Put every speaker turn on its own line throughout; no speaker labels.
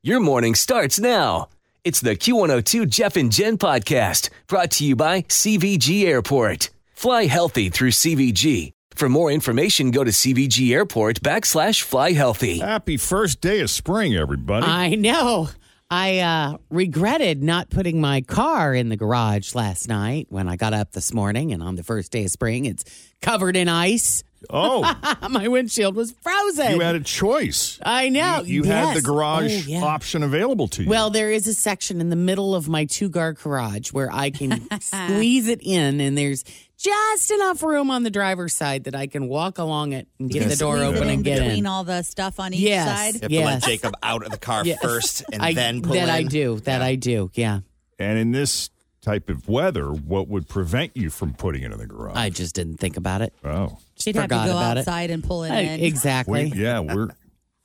Your morning starts now. It's the Q102 Jeff and Jen podcast brought to you by CVG Airport. Fly healthy through CVG. For more information, go to CVG Airport backslash fly healthy.
Happy first day of spring, everybody.
I know. I uh, regretted not putting my car in the garage last night when I got up this morning, and on the first day of spring, it's covered in ice.
oh,
my windshield was frozen.
you had a choice.
I know.
You had the
Yes.
garage
Oh, yeah.
option available to you.
Well, there is a section in the middle of my two car garage where I can squeeze it in, and there's just enough room on the driver's side that I can walk along it and get the door
Squeeze
open
it
and get
between
in.
all the stuff on each
Yes.
side.
You have to
Yes.
let Jacob out of the car first and
I-
then pull
that
in.
I do. That I do. Yeah.
and in this type of weather, what would prevent you from putting it in the garage?
I just didn't think about it.
oh,
Just
She'd have to
forgot
go
about it.
outside and pull it
Hey,
in.
Exactly.
we, yeah, we're.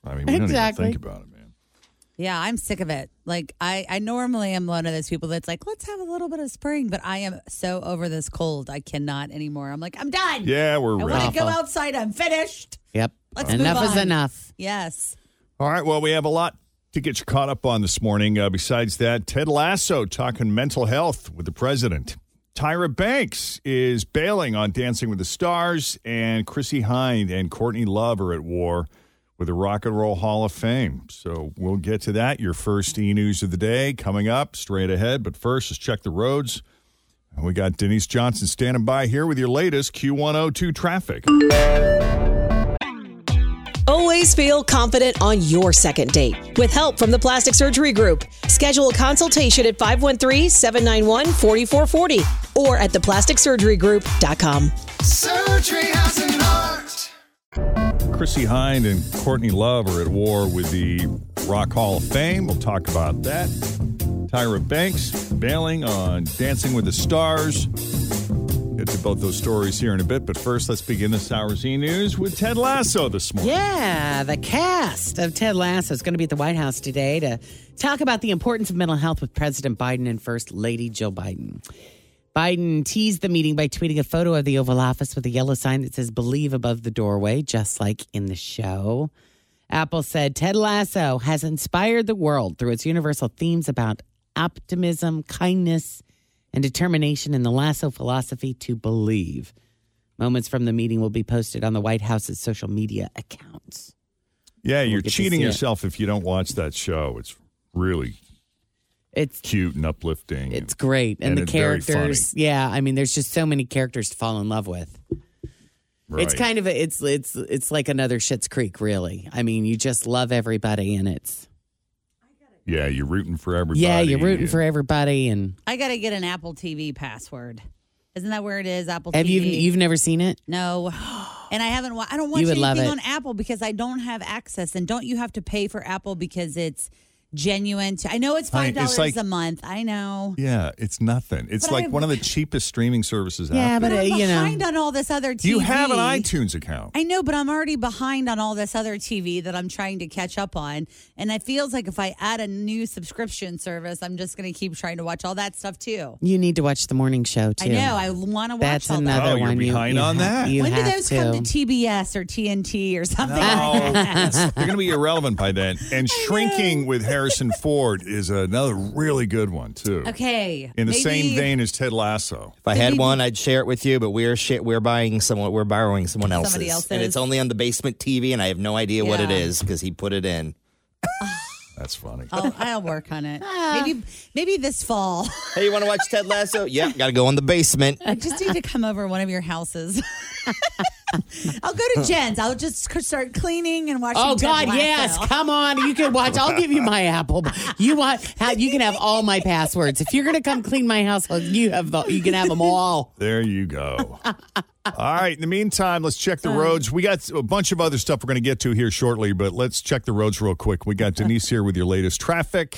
I mean, we
Exactly.
don't even think about it, man.
Yeah, I'm sick of it. Like I, I normally am one of those people that's like, let's have a little bit of spring, but I am so over this cold. I cannot anymore. I'm like, I'm done.
Yeah, we're.
I
ready.
want to go
Awful.
outside. I'm finished.
Yep.
Let's move
enough is
on.
enough.
Yes.
All right. Well, we have a lot to get you caught up on this morning. Uh, besides that, Ted Lasso talking mental health with the president. Tyra Banks is bailing on Dancing with the Stars, and Chrissy Hynde and Courtney Love are at war with the Rock and Roll Hall of Fame. So we'll get to that. Your first e news of the day coming up straight ahead. But first, let's check the roads. And we got Denise Johnson standing by here with your latest Q102 traffic.
Always feel confident on your second date with help from the Plastic Surgery Group. Schedule a consultation at 513 791 4440 or at theplasticsurgerygroup.com.
Chrissy Hind and Courtney Love are at war with the Rock Hall of Fame. We'll talk about that. Tyra Banks bailing on Dancing with the Stars. Get to both those stories here in a bit, but first let's begin this hour's e news with Ted Lasso this morning.
Yeah, the cast of Ted Lasso is going to be at the White House today to talk about the importance of mental health with President Biden and First Lady Jill Biden. Biden teased the meeting by tweeting a photo of the Oval Office with a yellow sign that says Believe above the doorway, just like in the show. Apple said Ted Lasso has inspired the world through its universal themes about optimism, kindness, and determination in the Lasso philosophy to believe. Moments from the meeting will be posted on the White House's social media accounts.
Yeah, you're
get to
cheating
see it.
yourself if you don't watch that show. It's really
It's
cute and uplifting.
it's great, and,
And
the
it's very funny.
characters. Yeah, I mean, there's just so many characters to fall in love with. It's kind of a, it's it's it's like another Schitt's Creek, really. I mean, you just love everybody, and it's
Yeah, you're rooting for everybody.
yeah, you're rooting for everybody. And
I gotta get an Apple TV password. Isn't that where it is? Apple
have
TV.
you you've never seen it?
no. And I haven't. Wa- I don't watch
You would
anything on
love it.
Apple because I don't have access. And don't you have to pay for Apple because it's genuine? To- I know it's
Honey,
five
it's
dollars
like-
a month. I know.
Yeah, it's nothing. It's
But
like
I-
one of the cheapest streaming services out
Yeah,
there.
but
But
uh,
I'm
you know,
behind on all this other TV.
you have an iTunes account.
I know, but I'm already behind on all this other TV that I'm trying to catch up on. And it feels like if I add a new subscription service, I'm just going to keep trying to watch all that stuff too.
you need to watch the morning show too.
I know. I want to watch
That's
all that.
another
Oh, you're
one. you-
behind
you
on
ha-
that?
you
When do
have
those come to TBS or TNT or something? like that?
No, they're going to be irrelevant by then. And shrinking with Harrison Ford is another really good one too.
Okay.
In the
maybe-
same vein as Ted Lasso.
If I had one, I'd share it with you, but we're shit. We're buying someone. We're borrowing someone else's,
Somebody
and it's
else's.
only on the basement TV, and I have no idea what it
Yeah.
is because he put it in.
That's funny.
I'll, Oh, I'll work on it. Maybe maybe this fall.
Hey, you want to watch Ted Lasso? Yeah, got to go in the basement.
I just need to come over one of your houses. I'll go to Jen's. I'll just c- start cleaning and washing.
Oh
Ted
God,
Lasso.
yes! Come on, you can watch. I'll give you my Apple. You want? ha- You can have all my passwords. If you're gonna come clean my house, well, you have the. You can have them all.
There you go. All right. In the meantime, let's check the roads. We got a bunch of other stuff we're going to get to here shortly, but let's check the roads real quick. We got Denise here with your latest traffic.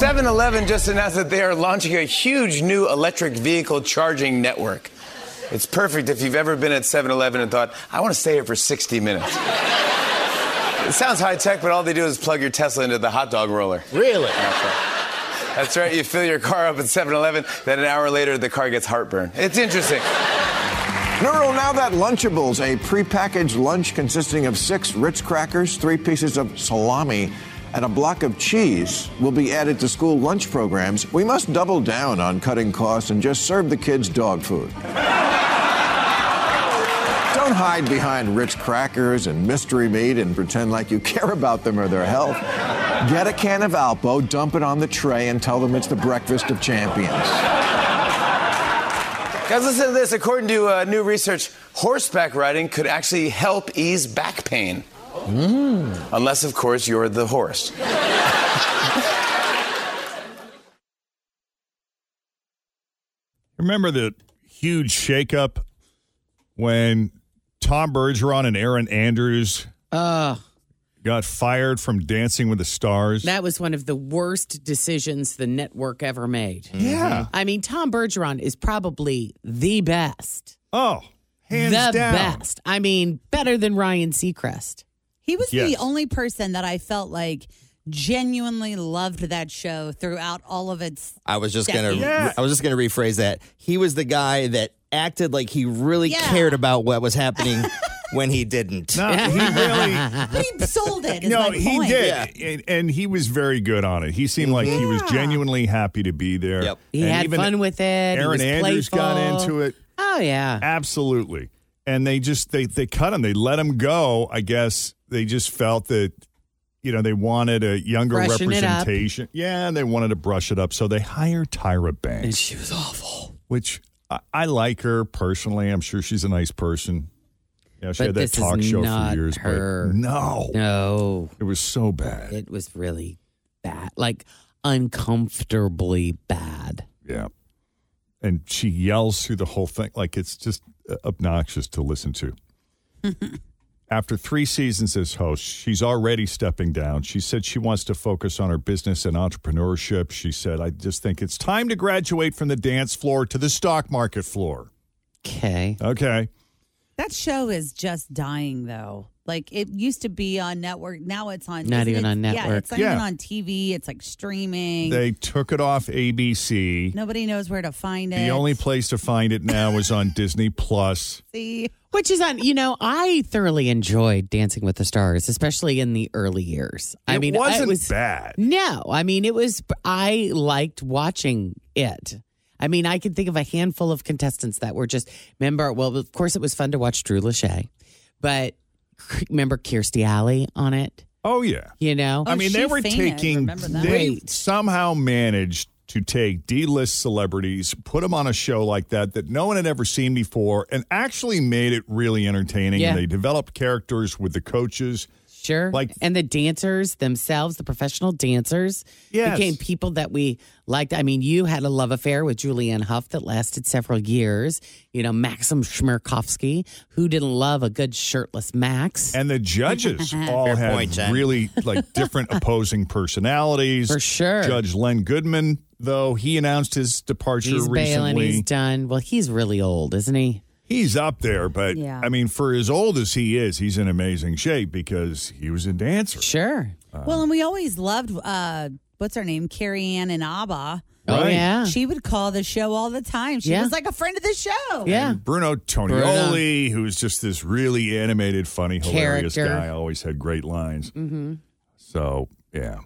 7 Eleven just announced that they are launching a huge new electric vehicle charging network. It's perfect if you've ever been at 7 Eleven and thought, I want to stay here for 60 minutes. it sounds high tech, but all they do is plug your Tesla into the hot dog roller.
Really?
That's right, you fill your car up at 7 Eleven, then an hour later, the car gets heartburn. It's interesting.
No, no, now that Lunchables, a prepackaged lunch consisting of six Ritz crackers, three pieces of salami, and a block of cheese, will be added to school lunch programs. We must double down on cutting costs and just serve the kids dog food. Don't hide behind Ritz crackers and mystery meat and pretend like you care about them or their health. Get a can of Alpo, dump it on the tray, and tell them it's the breakfast of champions.
Guys, listen to this. According to uh, new research, horseback riding could actually help ease back pain. Unless, of course, you're the horse.
Remember the huge shakeup when Tom Bergeron and Aaron Andrews
Uh,
got fired from Dancing with the Stars?
that was one of the worst decisions the network ever made.
Mm-hmm.
yeah.
I mean, Tom Bergeron is probably the best.
Oh, hands
the
down.
best. I mean, better than Ryan Seacrest.
He was
Yes.
the only person that I felt like genuinely loved that show throughout all of its.
I was just gonna.
Yeah.
I was just gonna rephrase that. He was the guy that acted like he really
Yeah.
cared about what was happening when he didn't.
No, he really.
He sold it. is
No,
my
he
point.
did, and, and he was very good on it. He seemed like he was genuinely happy to be there.
Yep.
He
And
had
even
fun with it. he
Aaron
was
Andrews got
playful.
into it.
Oh yeah.
Absolutely. And they just they they cut him. They let him go. I guess they just felt that you know they wanted a younger
Freshen it up.
representation. Yeah, and they wanted to brush it up. So they hired Tyra Banks. And she was awful. Which I, I like her personally. I'm sure she's a nice person. Yeah, she
But
had that
this is
talk show
not
for years.
her.
But no,
No,
it was so bad.
it was really bad. Like uncomfortably bad.
Yeah. And she yells through the whole thing. Like it's just uh, obnoxious to listen to. After three seasons as host, she's already stepping down. She said she wants to focus on her business and entrepreneurship. She said, I just think it's time to graduate from the dance floor to the stock market floor.
Okay.
Okay.
That show is just dying though. Like it used to be on network. Now it's on.
Not
isn't
even
it-
on
Yeah,
network.
it's not even
Yeah.
on TV. It's like streaming.
They took it off ABC.
Nobody knows where to find it.
The only place to find it now is on Disney Plus.
See,
Which is on, you know, I thoroughly enjoyed Dancing with the Stars, especially in the early years. I
It
mean,
wasn't
it was Mm.
bad.
No, I mean, it was, I liked watching it. I mean, I can think of a handful of contestants that were just, remember, well, of course, it was fun to watch Drew Lachey, but remember Kirstie Alley on it,
Oh, yeah.
you know?
Oh,
I mean, they
she
were
fainted.
taking.
Remember that.
They
Right.
somehow managed to take D-list celebrities, put them on a show like that that no one had ever seen before, and actually made it really entertaining.
Yeah.
They developed characters with the coaches.
Sure.
Like-
and the dancers themselves, the professional dancers,
Yes.
became people that we liked. I mean, you had a love affair with Julianne Hough that lasted several years. You know, Maxim Shmerkovsky, who didn't love a good shirtless Max?
And the judges all
Fair
had
point, Jen.
really like different opposing personalities.
For sure.
Judge Len Goodman, though, he announced his departure
he's
recently.
bailing. He's done. Well, he's really old, isn't he?
He's up there, but
Yeah.
I mean, for as old as he is, he's in amazing shape because he was a dancer.
Sure.
well, and we always loved uh what's her name? Carrie Ann and Abba.
Oh, Right. yeah.
She would call the show all the time. She
Yeah.
was like a friend of the show.
And Bruno Tonioli, who's just this really animated, funny, hilarious
Character.
guy, always had great lines.
Mm-hmm.
So, yeah.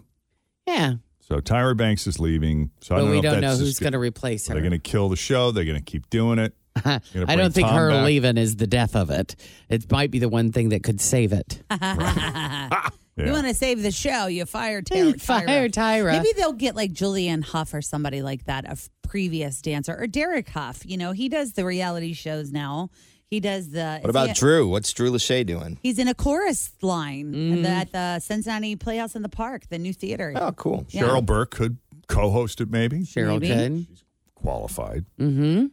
Yeah.
So Tyra Banks is leaving. So I
But
don't
we
know if
don't
that's
know
just
who's going to replace her.
They're going to kill the show. They're going to keep doing it. I
I don't think her leaving is the death of it. It might be the one thing that could save it.
You want to save the show, you fire Tyra.
Fire Tyra.
Maybe they'll get like Julianne Huff or somebody like that, a f- previous dancer, or Derek Huff. You know, he does the reality shows now. He does the.
What about
he-
Drew? What's Drew Lachey doing?
He's in a chorus line at,
Mm.
the, at the Cincinnati Playhouse in the Park, the new theater. Oh,
cool.
Cheryl Burke could co-host it, maybe.
Cheryl Maybe. could.
She's qualified.
Mm-hmm.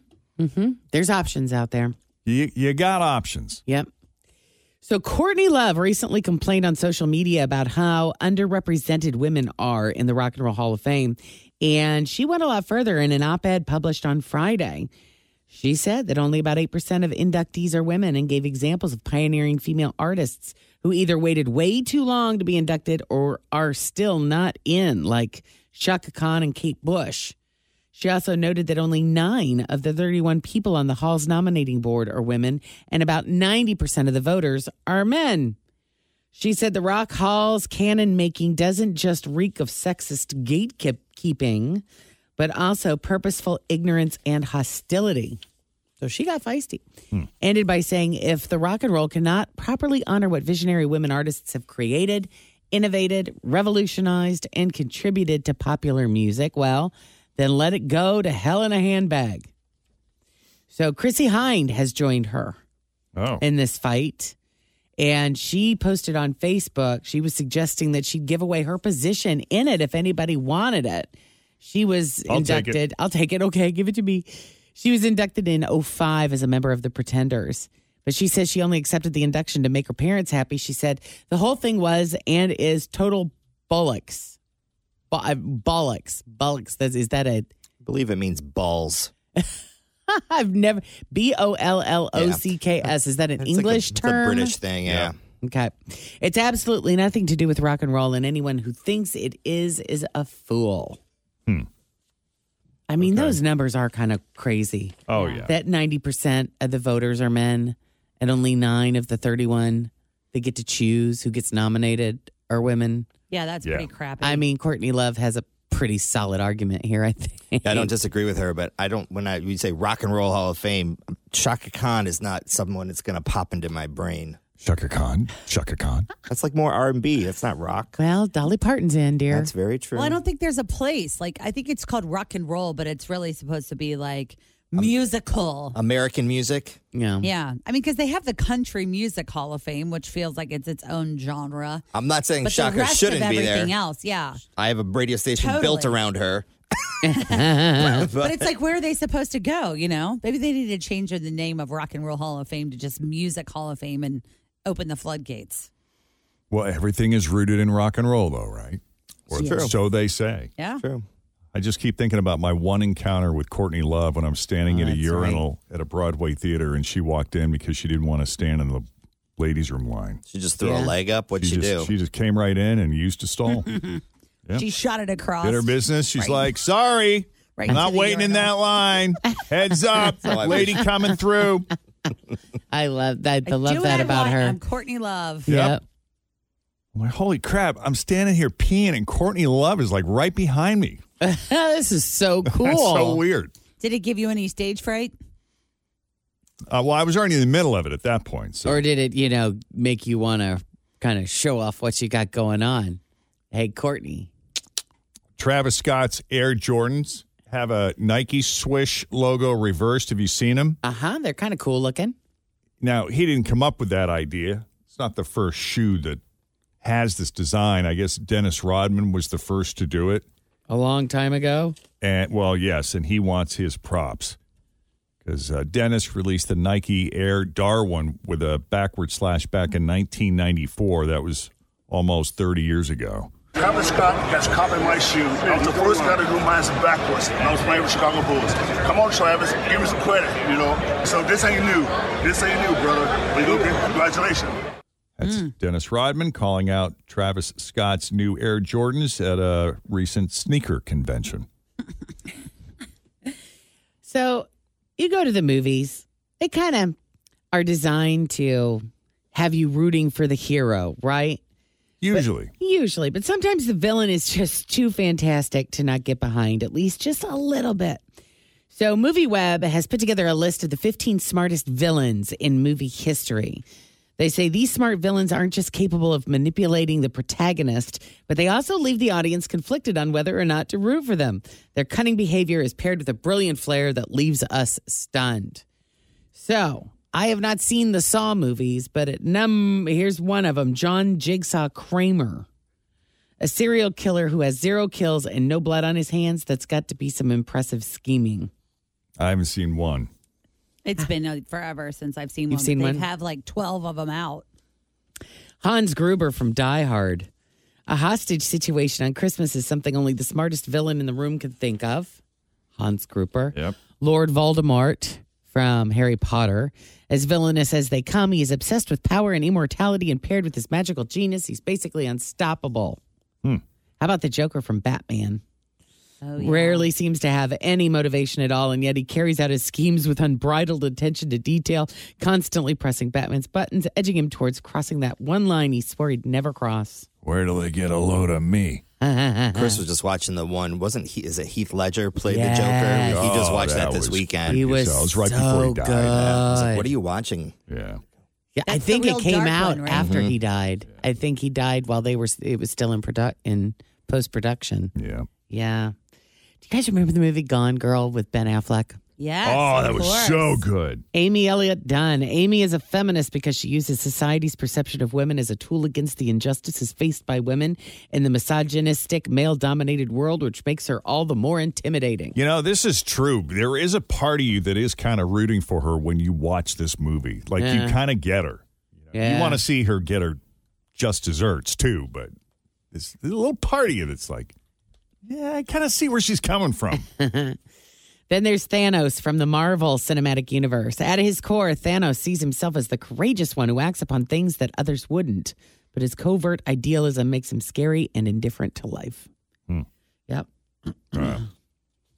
Mm-hmm. There's options out there.
You you got options.
Yep. So Courtney Love recently complained on social media about how underrepresented women are in the Rock and Roll Hall of Fame, and she went a lot further in an op-ed published on Friday. She said that only about 8% of inductees are women and gave examples of pioneering female artists who either waited way too long to be inducted or are still not in, like Shaka Khan and Kate Bush. She also noted that only nine of the 31 people on the Hall's nominating board are women, and about 90% of the voters are men. She said the Rock Hall's canon making doesn't just reek of sexist gatekeeping, but also purposeful ignorance and hostility. So she got feisty. Ended by saying if the rock and roll cannot properly honor what visionary women artists have created, innovated, revolutionized, and contributed to popular music, well, then let it go to hell in a handbag. So Chrissy Hind has joined her
oh.
in this fight. And she posted on Facebook, she was suggesting that she'd give away her position in it if anybody wanted it. She was
I'll take it.
inducted. I'll take it. Okay, give it to me. She was inducted in 05 as a member of the Pretenders. But she says she only accepted the induction to make her parents happy. She said the whole thing was and is total bollocks. Bo- uh, bollocks. Bollocks. That's, is that a. I
believe it means balls.
I've never. B O L L O C K S. Is that an English
It's
term?
a British thing, yeah.
Okay. It's absolutely nothing to do with rock and roll, and anyone who thinks it is is a fool. I mean, those numbers are kind of crazy.
Oh, yeah.
That 90% of the voters are men, and only nine of the 31 they get to choose who gets nominated are women.
Yeah, that's pretty crappy.
I mean, Courtney Love has a pretty solid argument here, I think.
I don't disagree with her, but I don't. When I you say Rock and Roll Hall of Fame, Shaka Khan is not someone that's going to pop into my brain.
Shaka Khan, Shaka Khan.
That's like more R and B. That's not rock.
Well, Dolly Parton's in, dear.
That's very true.
Well, I don't think there's a place. Like, I think it's called rock and roll, but it's really supposed to be like
Um,
musical.
American music.
Yeah.
yeah. I mean, because they have the Country Music Hall of Fame, which feels like it's its own genre.
I'm not saying
but the
Shaka
rest
shouldn't
of
be
everything
there.
else, yeah.
I have a radio station built
Totally.
around her.
But it's like, where are they supposed to go? You know, maybe they need to change the name of Rock and Roll Hall of Fame to just Music Hall of Fame and open the floodgates.
Well, everything is rooted in rock and roll, though, right? Or
It's true.
so they say.
Yeah.
True.
I just keep thinking about my one encounter with Courtney Love when I'm standing
Oh,
at a urinal at a Broadway theater, and she walked in because she didn't want to stand in the ladies' room line.
She just threw a Yeah. leg up. What'd she
just-
do?
She just came right in and used a stall. Yeah.
She shot it across.
Did her business. She's
Right.
like, sorry,
Right
I'm
into
not
the
waiting in that line. Heads up,
That's all I
lady
wish.
coming through.
I love that. I
I
love
do what
that
I
about
want.
her.
I'm Courtney Love.
Yep.
I'm like, holy crap, I'm standing here peeing, and Courtney Love is like right behind me.
this is so cool.
That's so weird.
Did it give you any stage fright?
Uh, well, I was already in the middle of it at that point. So
Or did it, you know, make you want to kind of show off what you got going on? Hey, Courtney.
Travis Scott's Air Jordans have a Nike Swish logo reversed. Have you seen them?
Uh huh. They're kind of cool looking.
Now, he didn't come up with that idea. It's not the first shoe that has this design. I guess Dennis Rodman was the first to do it.
A long time ago?
And well, yes, and he wants his props. Because uh, Dennis released the Nike Air Darwin with a backward slash back in 1994. That was almost 30 years ago.
Scott has copied my shoe. I was the first guy to do mine backwards. And I was playing with Chicago Bulls. Come on, Travis, give me some credit, you know. So this ain't new. This ain't new, brother. But you okay? Congratulations.
That's Dennis Rodman calling out Travis Scott's new Air Jordans at a recent sneaker convention.
So you go to the movies, they kind of are designed to have you rooting for the hero, right?
Usually.
Usually. But sometimes the villain is just too fantastic to not get behind, at least just a little bit. So MovieWeb has put together a list of the 15 smartest villains in movie history. They say these smart villains aren't just capable of manipulating the protagonist, but they also leave the audience conflicted on whether or not to root for them. Their cunning behavior is paired with a brilliant flair that leaves us stunned. So I have not seen the Saw movies, but at num here's one of them: John Jigsaw Kramer, a serial killer who has zero kills and no blood on his hands. That's got to be some impressive scheming.
I haven't seen one.
It's been uh, forever since I've seen one.
You've
but
seen
they
one?
have like 12 of them out.
Hans Gruber from Die Hard. A hostage situation on Christmas is something only the smartest villain in the room can think of. Hans Gruber. Yep. Lord Voldemort from Harry Potter. As villainous as they come, he is obsessed with power and immortality and paired with his magical genius. He's basically unstoppable.
Hmm.
How about the Joker from Batman?
Oh,
Rarely seems to have any motivation at all, and yet he carries out his schemes with unbridled attention to detail, constantly pressing Batman's buttons, edging him towards crossing that one line he swore he'd never cross.
Where do they get a load of me?
Chris was just watching the one. Wasn't he? Is it Heath Ledger played
Yes.
the Joker? He just
Oh,
watched
that
that, this
was
weekend.
creepy He was as hell. It was right before he so died.
I was like,
good.
what are you watching?
Yeah.
Yeah, I
That's the
think it
real
came
dark
out
one, right?
after he died. I think he died while they were it was still in produ- in post production.
Yeah.
Yeah. Do you guys remember the movie Gone Girl with Ben Affleck?
Yes.
oh,
of
that was
course.
so good.
Amy Elliott Dunn. Amy is a feminist because she uses society's perception of women as a tool against the injustices faced by women in the misogynistic, male dominated world, which makes her all the more intimidating.
You know, this is true. There is a part of you that is kind of rooting for her when you watch this movie. Like,
Yeah.
you kind of get her.
Yeah.
You want to see her get her just desserts, too, but it's there's a little part of you that's like, yeah, I kind of see where she's coming from.
Then there's Thanos from the Marvel Cinematic Universe. At his core, Thanos sees himself as the courageous one who acts upon things that others wouldn't, but his covert idealism makes him scary and indifferent to life.
Hmm.
Yep.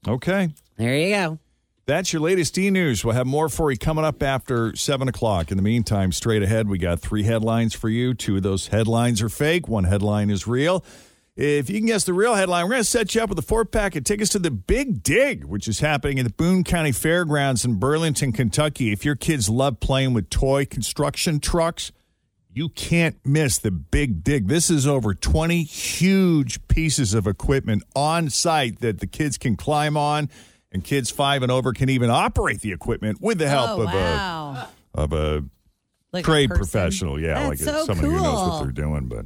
okay.
There you go.
That's your latest e news. We'll have more for you coming up after 7 o'clock. In the meantime, straight ahead, we got three headlines for you. Two of those headlines are fake, one headline is real. If you can guess the real headline, we're going to set you up with a four pack of tickets to the Big Dig, which is happening at the Boone County Fairgrounds in Burlington, Kentucky. If your kids love playing with toy construction trucks, you can't miss the big dig. This is over 20 huge pieces of equipment on site that the kids can climb on, and kids five and over can even operate the equipment with the help
Oh,
of
wow.
a of a
Like a
trade
person.
professional. Yeah,
That's
like
so
somebody who knows what
cool.
they're doing. But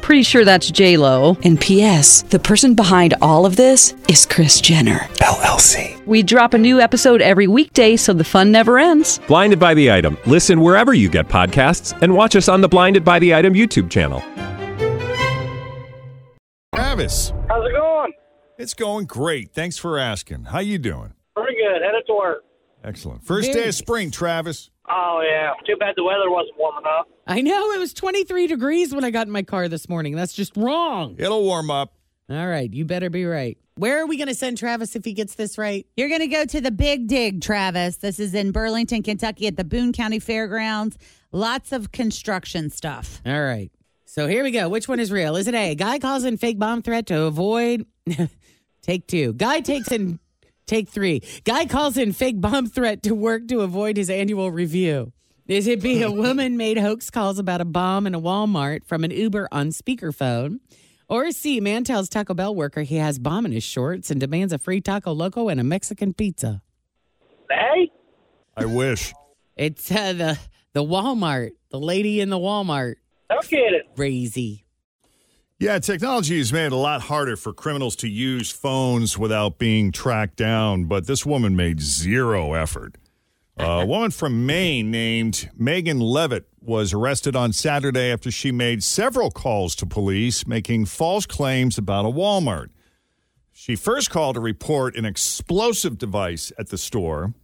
Pretty sure that's J Lo. And P.S. The person behind all of this is Chris Jenner LLC. We drop a new episode every weekday, so the fun never ends.
Blinded by the item. Listen wherever you get podcasts, and watch us on the Blinded by the Item YouTube channel.
Travis,
How's it going?
it's going great. Thanks for asking. How you doing?
Pretty good. Headed to work.
Excellent. First day of spring, Travis.
Oh yeah. Too bad the weather wasn't warm enough.
I know it was 23 degrees when I got in my car this morning. That's just wrong.
It'll warm up.
All right, you better be right. Where are we going to send Travis if he gets this right?
You're going to go to the Big Dig, Travis. This is in Burlington, Kentucky at the Boone County Fairgrounds. Lots of construction stuff.
All right. So here we go. Which one is real? Is it A? Guy calls in fake bomb threat to avoid take two. Guy takes in take three. Guy calls in fake bomb threat to work to avoid his annual review. Is it B? A woman made hoax calls about a bomb in a Walmart from an Uber on speakerphone. Or C, man tells Taco Bell worker he has bomb in his shorts and demands a free taco loco and a Mexican pizza.
Hey,
I wish.
It's uh, the the Walmart, the lady in the Walmart.
Okay.
Crazy.
Yeah, technology has made it a lot harder for criminals to use phones without being tracked down, but this woman made zero effort. a woman from Maine named Megan Levitt was arrested on Saturday after she made several calls to police making false claims about a Walmart. She first called to report an explosive device at the store.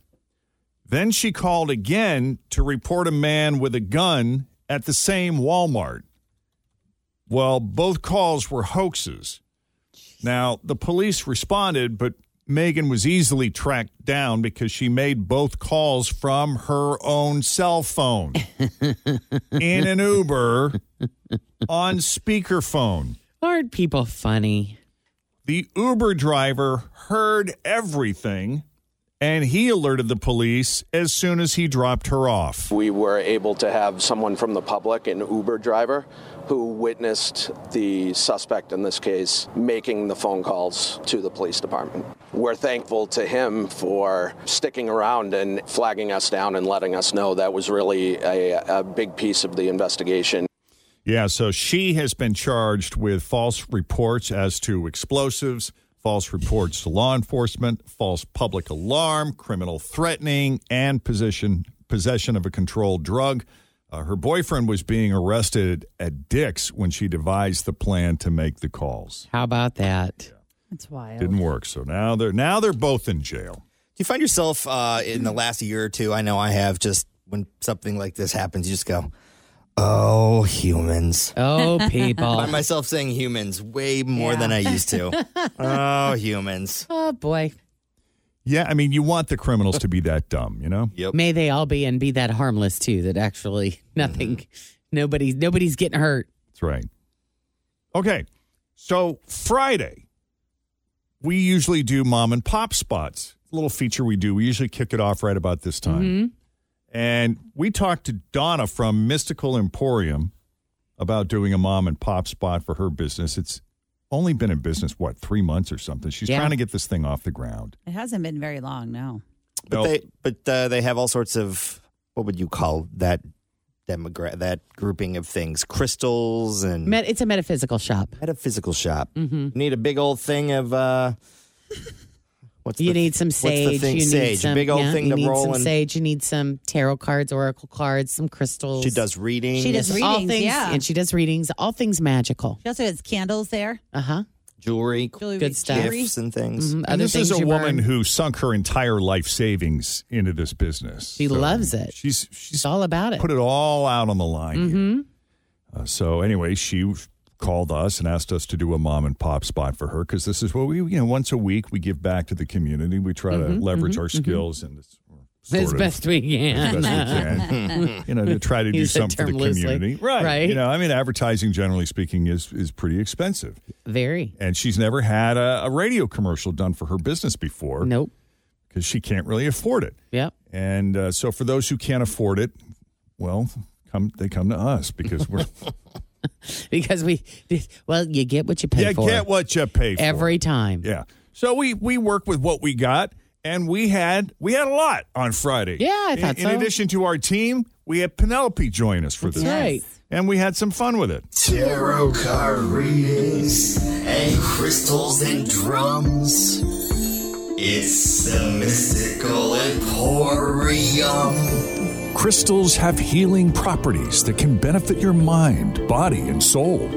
Then she called again to report a man with a gun at the same Walmart. Well, both calls were hoaxes. Now, the police responded, but Megan was easily tracked down because she made both calls from her own cell phone in an Uber on speakerphone.
Aren't people funny?
The Uber driver heard everything and he alerted the police as soon as he dropped her off.
We were able to have someone from the public, an Uber driver, who witnessed the suspect in this case making the phone calls to the police department. We're thankful to him for sticking around and flagging us down and letting us know that was really a, a big piece of the investigation.
Yeah, so she has been charged with false reports as to explosives, false reports to law enforcement, false public alarm, criminal threatening, and position, possession of a controlled drug. Uh, her boyfriend was being arrested at Dick's when she devised the plan to make the calls.
How about that?
That's wild.
Didn't work. So now they're now they're both in jail.
Do you find yourself uh, in the last year or two? I know I have. Just when something like this happens, you just go, "Oh, humans!
Oh, people.
I find myself saying "humans" way more
Yeah.
than I used to. oh, humans!
Oh boy.
Yeah, I mean, you want the criminals to be that dumb, you know?
Yep.
May they all be and be that harmless too. That actually nothing,
Mm-hmm.
nobody's nobody's getting hurt.
That's right. Okay. So Friday, we usually do mom and pop spots. Little feature we do. We usually kick it off right about this time.
Mm-hmm.
And we talked to Donna from Mystical Emporium about doing a mom and pop spot for her business. It's only been in business, what, three months or something. She's
Yeah.
trying to get this thing off the ground.
It hasn't been very long, no.
But they, but uh, they have all sorts of what would you call that demogra- that grouping of things? Crystals and
Met, it's a metaphysical shop.
metaphysical shop.
Mm-hmm.
You need a big old thing of. Uh, What's
you
the-
need some
what's the
sage.
thing?
You need
Sage.
some-
Big old
yeah,
thing
you
to
need
roll
Some
in.
sage. You need some tarot cards, oracle cards, some crystals.
She does readings.
She does all
readings,
things,
yeah.
and she does readings. All things magical.
She also has candles there.
Uh huh.
jewelry,
Jewelry,
Good stuff.
gifts and things.
And this is a woman who sunk her entire life savings into this business.
She loves it.
She's she's
all about it.
Put it all out on the line. here.
hmm
Uh, so anyway, she called us and asked us to do a mom and pop spot for her because this is what we you know once a week we give back to the community. We try
Mhm,
to leverage
mhm,
our
mhm.
skills and it's
As
sort of-
best we can.
as best we can. you know, to try to do
Use that
something for
term
the
loosely.
community,
Right.
You know, I mean, advertising generally speaking is is pretty expensive,
Very.
and she's never had a, a radio commercial done for her business before.
Nope.
because she can't really afford it.
Yep.
And uh, so for those who can't afford it, well, come they come to us because we're
Because we, well, you get what you pay
yeah,
for.
get what you pay for.
every time.
Yeah. So we we work with what we got, and we had we had a lot on Friday.
Yeah, I
In-
thought
in,
so.
addition to our team, we had Penelope join us for
That's
this,
right.
and we had some fun with it.
Tarot card readings and crystals and drums. It's the mystical emporium.
Crystals have healing properties that can benefit your mind, body, and soul.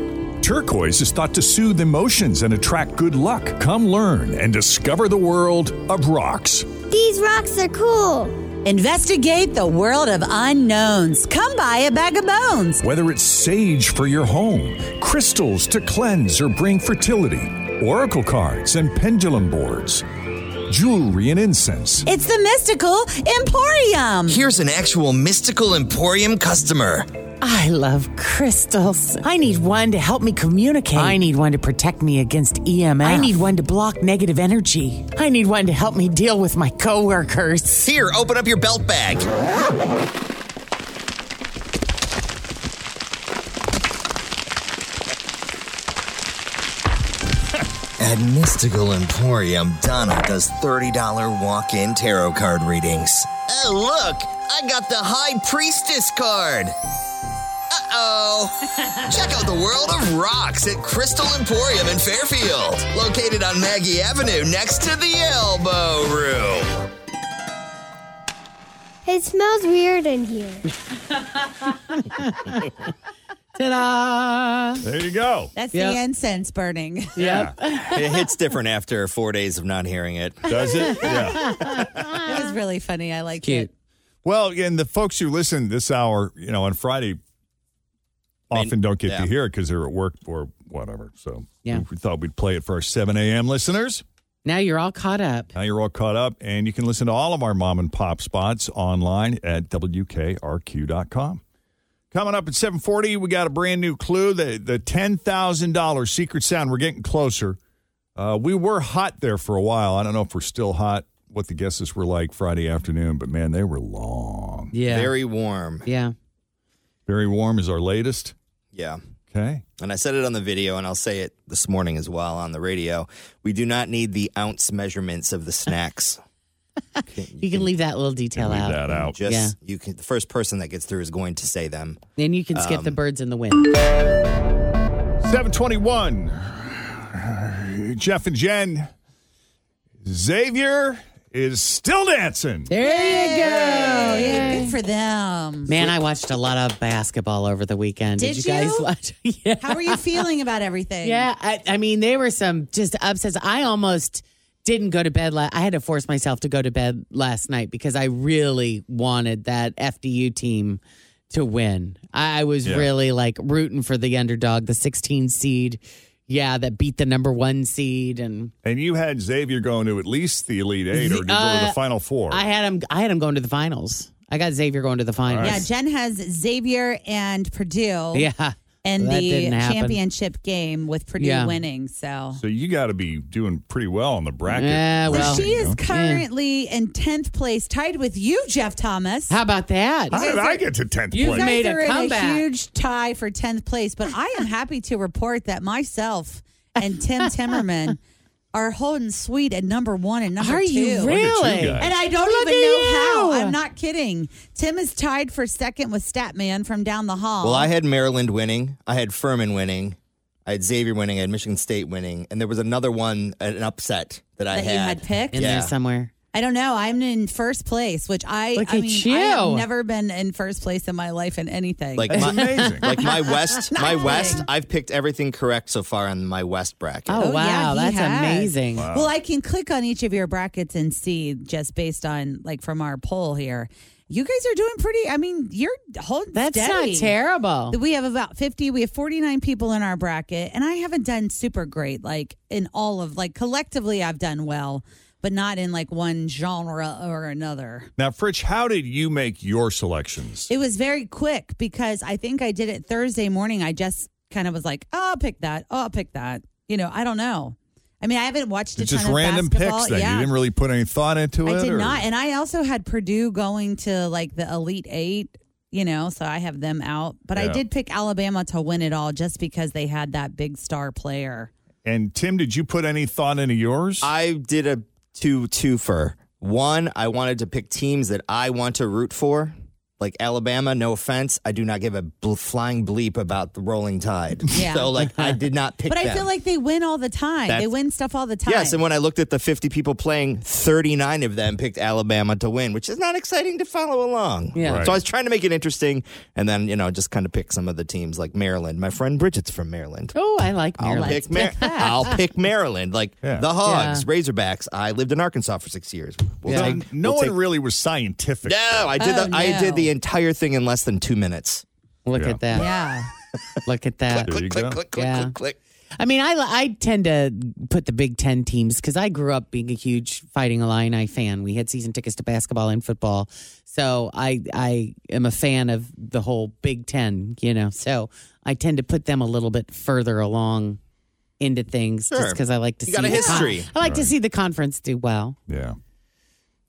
Turquoise is thought to soothe emotions and attract good luck. Come learn and discover the world of rocks.
These rocks are cool. Investigate the world of unknowns. Come buy a bag of bones.
Whether it's sage for your home, crystals to cleanse or bring fertility, oracle cards and pendulum boards, jewelry and incense.
It's the mystical emporium.
Here's an actual mystical emporium customer.
I love crystals. I need one to help me communicate. I need one to protect me against
E
EMF. I need one to block negative energy. I need one to help me deal with my coworkers.
Here, open up your belt bag. At Mystical Emporium, Donna does $30 walk in tarot card readings.
Oh, look! I got the High Priestess card! Uh oh!
Check out the world of rocks at Crystal Emporium in Fairfield, located on Maggie Avenue next to the Elbow Room.
It smells weird in here.
Ta-da!
There you go.
That's
Yep.
the incense burning.
it hits different after four days of not hearing it.
Does it?
that was really funny. I like it.
Well, and the folks who listen this hour, you know, on Friday, often don't get
yeah.
to hear it because they're at work or whatever. So
Yeah.
we thought we'd play it for our 7 a.m. listeners.
Now you're all caught up.
Now you're all caught up, and you can listen to all of our mom and pop spots online at wkrq.com. Coming up at 7:40, we got a brand new clue. The the ten thousand dollars secret sound. We're getting closer. Uh, we were hot there for a while. I don't know if we're still hot. What the guesses were like Friday afternoon, but man, they were long.
Yeah.
Very warm.
Yeah.
Very warm is our latest.
Yeah.
Okay.
And I said it on the video, and I'll say it this morning as well on the radio. We do not need the ounce measurements of the snacks.
You can leave that little detail out.
Oh,
Just
yeah.
you can. The first person that gets through is going to say them.
Then you can skip
Um,
the birds in the wind.
721. Jeff and Jen. Xavier is still dancing.
There
Yay. Good for them.
Man, I watched a lot of basketball over the weekend. Did,
Did
you guys
you?
watch?
How are you feeling about everything?
Yeah, I, I mean, there were some just upsets. I almost didn't go to bed. La- I had to force myself to go to bed last night because I really wanted that FDU team to win. I, I was
Yeah.
really like rooting for the underdog, the 16 seed. Yeah, that beat the number one seed, and
And you had Xavier going to at least the Elite Eight or to go to
Uh,
the Final Four.
I had him. I had him going to the finals. I got Xavier going to the finals.
Yeah, Jen has Xavier and Purdue.
Yeah.
And
Well, that
the
didn't happen.
championship game with Purdue
Yeah.
winning. So.
so you got to be doing pretty well on the bracket.
Oh. Yeah, well.
so she
You know?
is currently in 10th place, tied with you, Jeff Thomas. How
about that?
How did I get to 10th
You
place?
guys are in a huge tie for 10th place, but I am happy to report that myself and Tim Timmerman are holding sweet at number one and number
Are
two.
you Look at you really? guys.
And I don't
Look
even
at
know
you.
how. I'm not kidding. Tim is tied for second with Statman from down the hall.
Well, I had Maryland winning. I had Furman winning. I had Xavier winning. I had Michigan State winning, and there was another one, an upset that, I
That you had picked? In
there somewhere.
I don't know. I'm in first place, which I,
Look
I
at
mean,
you.
I have never been in first place in my life in anything.
Like my, like my West, my West. I've picked everything correct so far on my West bracket.
Oh, wow,
he
that's
has.
amazing.
Well, I can click on each of your brackets and see just based on like from our poll here. You guys are doing pretty. I mean, you're holding.
That's not
steady.
terrible.
We have about fifty. We have forty nine people in our bracket, and I haven't done super great. Like in all of like collectively, I've done well, but not in like one genre or another.
Now, Fritch, how did you make your selections?
It was very quick because I think I did it Thursday morning. I just kind of was like, oh, I'll pick that. Oh, I'll pick that. You know, I don't know. I mean, I haven't watched a
It's
ton
just
of
random
basketball.
picks. Then
yeah.
you didn't really put any thought into it.
I did
or-
not. And I also had Purdue going to like the Elite Eight, you know, so I have them out. But I
Yeah.
did pick Alabama to win it all just because they had that big star player.
And Tim, did you put any thought into yours?
I did a two twofer. One, I wanted to pick teams that I want to root for, like Alabama. No offense, I do not give a bl- flying bleep about the Rolling Tide.
Yeah.
So, like, I did not pick.
but I
them.
feel like they win all the time. they
That's-
win stuff all the time.
Yes, and when I looked at the 50 people playing, 39 of them picked Alabama to win, which is not exciting to follow along.
Yeah. Right.
So I was trying to make it interesting and then, you know, just kind of pick some of the teams like Maryland. My friend Bridget's from Maryland.
Oh, I like
I'll
Maryland.
pick, Mar- I'll pick Maryland, like the Hogs,
Yeah.
Razorbacks. I lived in Arkansas for six years. We'll
Well,
take-
no
we'll
one
take-
really was scientific.
No, I did.
Oh,
the, I did the entire thing in less than two minutes.
Look at that.
Yeah.
Look at that.
Click, click, click, click,
Yeah.
click, click.
I mean, I, I tend to put the Big Ten teams because I grew up being a huge Fighting Illini fan. We had season tickets to basketball and football, so I I am a fan of the whole Big Ten. You know, so I tend to put them a little bit further along into things just
Sure.
because I like to
You
see
got a
the con-
history.
I like to
Right.
see the conference do well,
Yeah.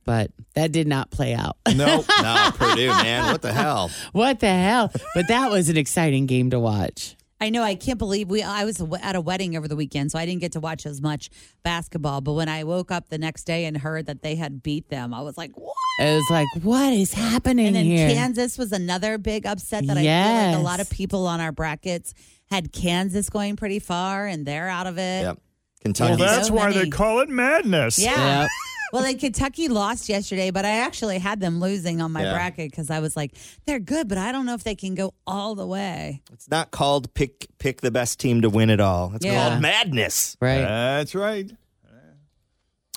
but that did not play out.
No, no, Purdue, man. What the hell?
What the hell? But that was an exciting game to watch.
I know. I can't believe we. I was at a wedding over the weekend, so I didn't get to watch as much basketball. But when I woke up the next day and heard that they had beat them, I was like, "What?"
It was like, what is happening
And then
here?
Kansas was another big upset that I feel like
Yes.
a lot of people on our brackets had Kansas going pretty far, and they're out of it.
Yep.
Well,
Kentucky.
that's
So
why
many.
they call it madness.
Yeah. well, then Kentucky lost yesterday, but I actually had them losing on my
Yeah.
bracket because I was like, they're good, but I don't know if they can go all the way.
It's not called pick pick the best team to win it all. It's
Yeah.
called madness.
Right.
That's right.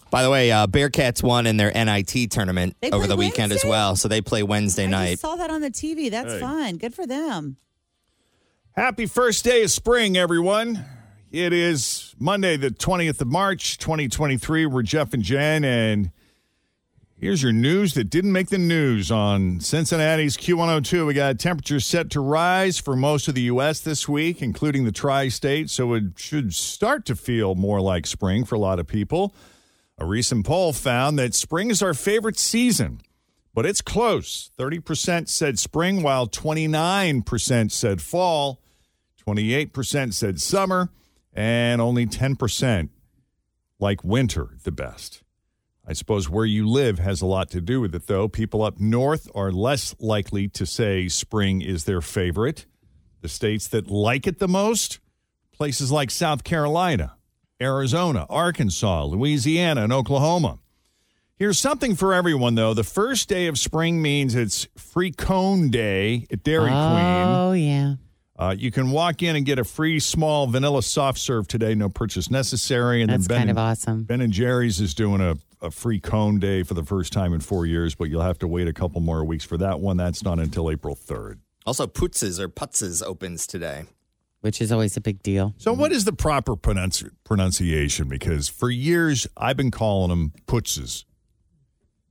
By the way, uh, Bearcats won in their NIT tournament
They
over
play
the weekend as
Wednesday?
well, so they play Wednesday
I
night.
saw that on the TV. That's
Hey.
fun. Good for them.
Happy first day of spring, everyone. It is Monday, the 20th of March, 2023. We're Jeff and Jen, and here's your news that didn't make the news on Cincinnati's Q102. We got temperatures set to rise for most of the U.S. this week, including the tri state, so it should start to feel more like spring for a lot of people. A recent poll found that spring is our favorite season but it's close. 30% said spring, while 29% said fall, 28% said summer, and only 10% like winter the best. I suppose where you live has a lot to do with it, though. People up north are less likely to say spring is their favorite. The states that like it the most, places like South Carolina, Arizona, Arkansas, Louisiana, and Oklahoma. Here's something for everyone, though. The first day of spring means it's free cone day at Dairy Queen.
Oh, yeah.
Uh, you can walk in and get a free small vanilla soft serve today, no purchase necessary. And
That's
then Ben
kind
and,
of awesome.
Ben and Jerry's is doing a, a free cone day for the first time in four years, but you'll have to wait a couple more weeks for that one. That's not until April 3rd.
Also, Putzes or Putzes opens today.
Which is always a big deal.
So, what is the proper pronunci- pronunciation? Because for years I've been calling them putzes.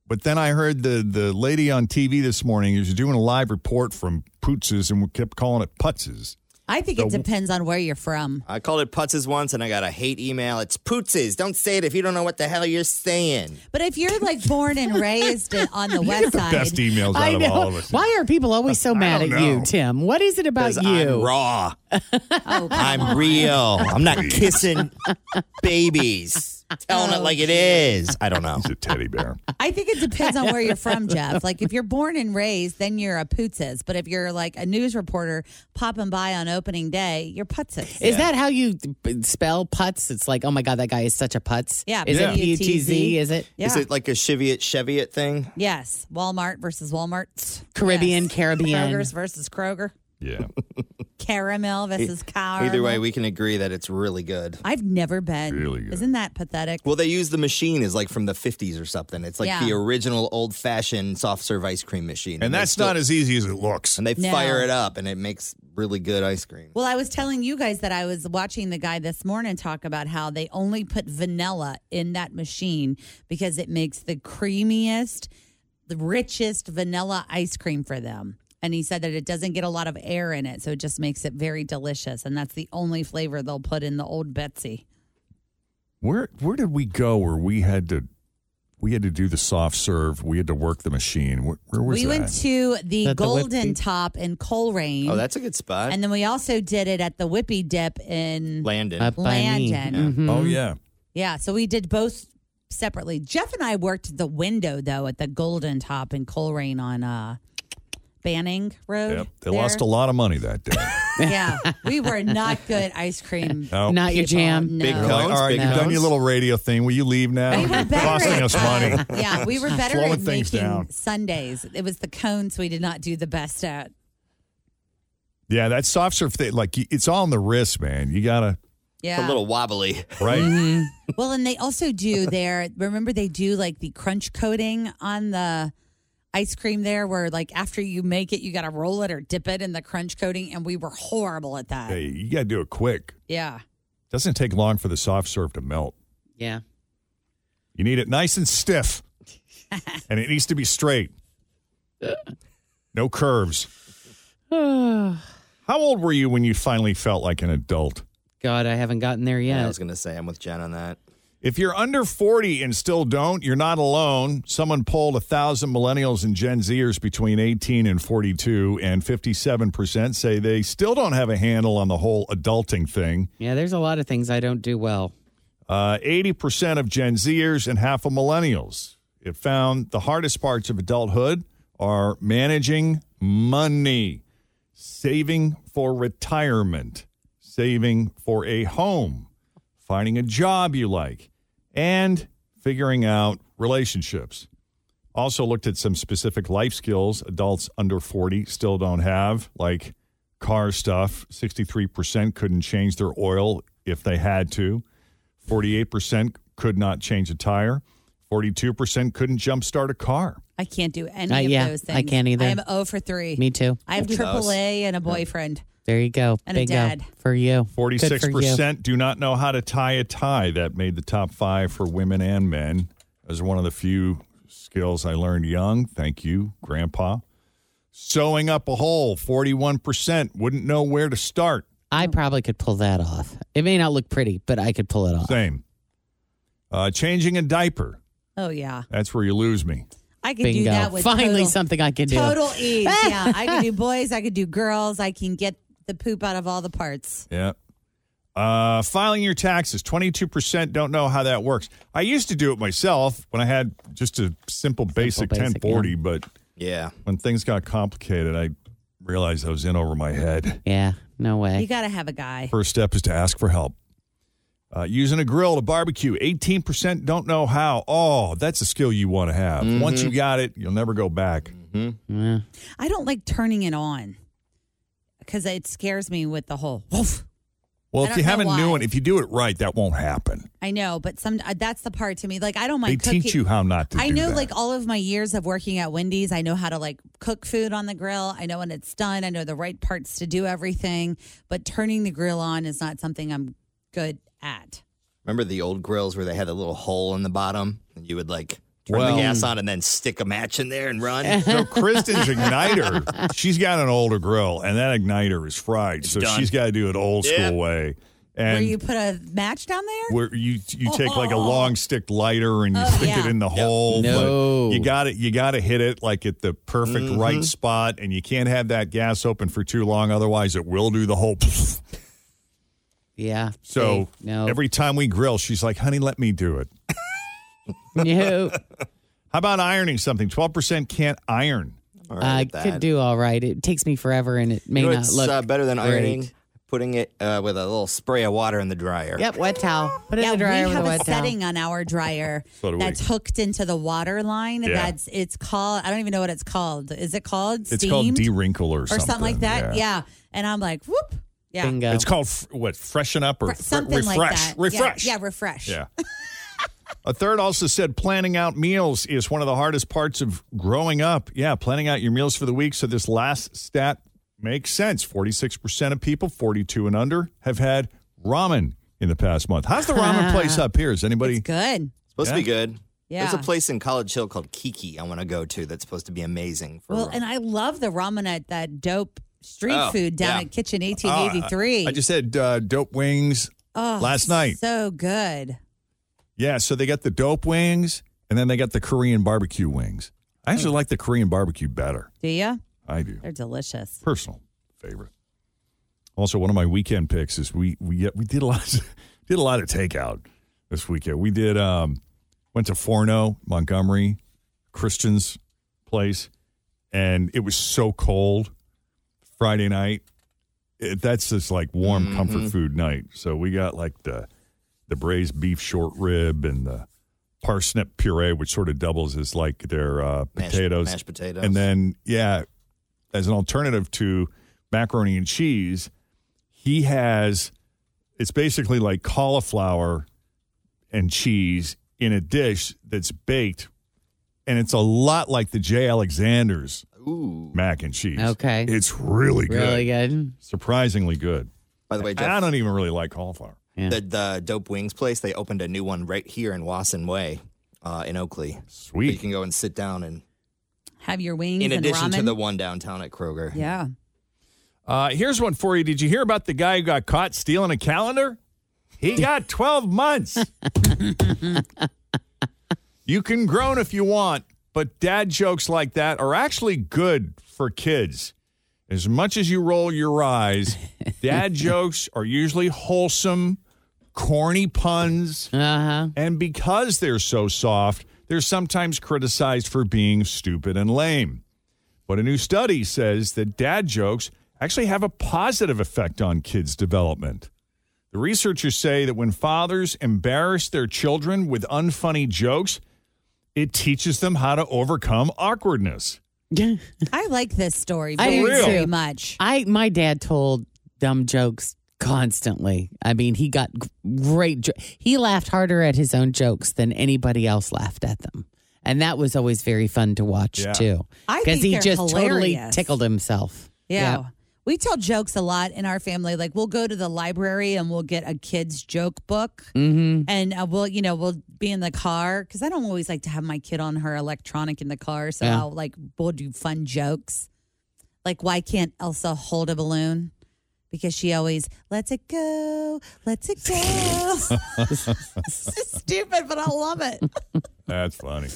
But then I heard the, the lady on TV this morning who's doing a live report from putzes and we kept calling it putzes.
I think
So-
it depends on where you're from.
I called it Putzes once, and I got a hate email. It's Putzes. Don't say it if you don't know what the hell you're saying.
But if you're like born and raised in- on the west side,
best emails
I know. Why are people always so mad at
don't
you,
know.
Tim? What is it about
'Cause
you?
I'm raw.
oh,
I'm real. I'm not kissing babies. Telling it like it is. I don't know. He's
a teddy bear.
I think it depends on where you're from, Jeff. Like if you're born and raised, then you're a putzes. But if you're like a news reporter popping by on opening day, you're putzes.
Is that how you b- spell putz? It's like, oh my God, that guy is such a putz.
Yeah,
Is it
Yeah.
P-U-T-Z? Is it?
Yeah.
Is it like a Cheviot Cheviot thing?
Yes, Walmart versus Walmart.
Caribbean, Caribbean.
Kroger's versus Kroger.
Yeah.
Caramel versus cow.
Either way, we can agree that it's really good.
I've never been.
Really good.
Isn't that pathetic?
Well, they use the machine is like from the 50s or something. It's like
Yeah.
the original old fashioned soft serve ice cream machine.
And
they
that's
still-
not as easy as it looks.
And they
No.
fire it up and it makes really good ice cream.
Well, I was telling you guys that I was watching the guy this morning talk about how they only put vanilla in that machine because it makes the creamiest, the richest vanilla ice cream for them. And he said that it doesn't get a lot of air in it, so it just makes it very delicious. And that's the only flavor they'll put in the old Betsy.
Where where did we go where we had to we had to do the soft serve, we had to work the machine. Where, where was
we
that?
went to the
That the Whipped
Golden
Beef?
Top in Coleraine.
Oh, that's a good spot.
And then we also did it at the Whippy Dip in
Landon.
Landon.
Mm-hmm.
Oh yeah.
Yeah, so we did both separately. Jeff and I worked the window though at the Golden Top in Coleraine on uh Banning Road.
Yep. They
there.
lost a lot of money that day.
Yeah, we were not good ice cream.
No.
Not your
people.
jam.
No.
They're like, all right, you've done your little radio thing. Will you leave now?
We were
You're
better
costing
at-
us money.
Yeah, we were better
Slowing
at
things
making
down.
Sundays. It was the cones we did not do the best at.
Yeah, that soft serve thing, like y- it's all on the wrist, man. You gotta
Yeah. It's a little
wobbly,
right?
Well, and they also do their. Remember, they do like the crunch coating on the ice cream there, where like after you make it, you got to roll it or dip it in the crunch coating, and we were horrible at that.
Hey, you gotta do it quick.
Yeah.
Doesn't take long for the soft serve to melt.
Yeah.
You need it nice and stiff, and it needs to be straight. No curves. How old were you when you finally felt like an adult?
God, I haven't gotten there yet.
I was going to say, I'm with Jen on that.
If you're under 40 and still don't, you're not alone. Someone polled 1,000 millennials and Gen Zers between 18 and 42, and 57% say they still don't have a handle on the whole adulting thing.
Yeah, there's a lot of things I don't do well.
Uh, 80% of Gen Zers and half of millennials. It found the hardest parts of adulthood are managing money, saving for retirement, saving for a home, finding a job you like, and figuring out relationships. Also looked at some specific life skills adults under 40 still don't have, like car stuff. 63% couldn't change their oil if they had to. 48% could not change a tire. 42% couldn't jump start a car.
I can't do any
Uh,
of
yeah,
those things.
I can't either.
I'm 0 for 3.
Me too.
I have
Who knows?
AAA and a boyfriend.
There you go.
And a
Big O
dad.
for you. Good for you.
46% do not know how to tie a tie. That made the top five for women and men. As one of the few skills I learned young. Thank you, Grandpa. Sewing up a hole, 41% wouldn't know where to start.
I probably could pull that off. It may not look pretty, but I could pull it off.
Same. Uh, changing a diaper.
Oh, yeah.
That's where you lose me.
I could do that with
Finally,
total,
something I can do.
total ease. yeah, I could do boys. I could do girls. I can get the poop out of all the parts.
Yeah. Uh, filing your taxes, 22% don't know how that works. I used to do it myself when I had just a simple basic,
basic,
1040,
yeah.
but
Yeah.
when things got complicated, I realized I was in over my head.
Yeah, no way.
You got to have a guy.
First step is to ask for help. Uh, using a grill to barbecue, 18% don't know how. Oh, that's a skill you want to have. Once
Mhm.
you got it, you'll never go back.
I don't like turning it on because it scares me with the whole woof.
Well,
I
if
don't
you
know
haven't
why.
knew it, if you do it right, that won't happen.
I know, but some uh, that's the part to me. Like I don't mind.
They teach
cooking-
you how not to
I
do
know,
that.
like all of my years of working at Wendy's, I know how to like cook food on the grill. I know when it's done. I know the right parts to do everything. But turning the grill on is not something I'm good at.
Remember the old grills where they had a little hole in the bottom, and you would like turn
Well-
the gas on and then stick a match in there and run.
Uh,
So Kristen's igniter, she's got an older grill, and that igniter is fried. so
done.
she's got to do it old
Yeah.
school way.
Where
And
you put a match down there?
where you you take like a long stick lighter and you
Oh,
stick
yeah.
it in the hole. but
No.
you got it. You got to hit it like at the perfect right spot, and you can't have that gas open for too long, otherwise it will do the whole.
Yeah.
So
See? no.
every time we grill, she's like, "Honey, let me do it."
no.
How about ironing something? Twelve percent can't iron.
I could do all right. It takes me forever, and it may
You know,
not
it's
look
uh, better than
great.
ironing. Putting it uh, with a little spray of water in the dryer.
Yep, wet towel. Put it
yeah,
in the dryer
we
with
have
a
a
wet towel.
setting on our dryer
So do we.
that's hooked into the water line.
Yeah.
That's it's called. I don't even know what it's called. Is it called?
It's called
Steamed?
de-wrinkle or,
or something, like that. Yeah. and I'm like, whoop. Yeah,
It's called f- what? Freshen up or
Fr-
fr-
something
refresh?
like that. Yeah,
Refresh.
Yeah, refresh.
Yeah. A third also said planning out meals is one of the hardest parts of growing up. Yeah, planning out your meals for the week. So this last stat makes sense. 46% of people 42 and under have had ramen in the past month. How's the ramen place up here? Is anybody
good?
Supposed to be
Yeah.
good. There's
Yeah.
a place in College Hill called Kiki I want to go to that's supposed to be amazing for
Well, and I love the ramen at that dope street
Oh,
food down
yeah.
at Kitchen
Oh,
1883.
I, I just had uh, dope wings
Oh,
last night.
So good.
Yeah, so they got the dope wings and then they got the Korean barbecue wings. I
Mm.
actually like the Korean barbecue better.
Do you?
I do.
They're delicious.
personal favorite. Also, one of my weekend picks is we we we did a lot of, did a lot of takeout this weekend. We did um went to Forno, Montgomery, Christian's place, and it was so cold Friday night. It, that's just like warm
Mm-hmm.
comfort
Mhm.
food night. So we got like the the braised beef short rib and the parsnip puree, which sort of doubles as like their uh,
Mashed-
potatoes,
mashed potatoes.
and then yeah, as an alternative to macaroni and cheese, he has it's basically like cauliflower and cheese in a dish that's baked, and it's a lot like the J. Alexander's mac and cheese.
Okay.
it's really good,
Really good.
surprisingly good.
By the way,
And I don't even really like cauliflower.
The, the Dope Wings place, they opened a new one right here in Wasson Way uh, in Oakley.
Sweet.
you can go and sit down and,
Have your wings
in
and
addition
ramen.
to the one downtown at Kroger.
yeah.
Uh, here's one for you. Did you hear about the guy who got caught stealing a calendar? He got 12 months. you can groan if you want, but dad jokes like that are actually good for kids. As much as you roll your eyes, dad jokes are usually wholesome, corny puns. Uh-huh. And because they're so soft, they're sometimes criticized for being stupid and lame. But a new study says that dad jokes actually have a positive effect on kids' development. The researchers say that when fathers embarrass their children with unfunny jokes, it teaches them how to overcome awkwardness.
I like this story very, very much.
I my dad told dumb jokes constantly. I mean, he got g- great. Jo- he laughed harder at his own jokes than anybody else laughed at them, and that was always very fun to watch
Yeah.
too.
I
Because
think
he
they're
just totally
hilarious.
tickled himself.
Yeah. We tell jokes a lot in our family. Like we'll go to the library and we'll get a kid's joke book.
Mm-hmm.
And uh, we'll, you know, we'll be in the car because I don't always like to have my kid on her electronic in the car. So
Yeah.
I'll like, we'll do fun jokes. Like, why can't Elsa hold a balloon? Because she always lets it go, lets it go. it's just stupid, but I love it.
That's funny.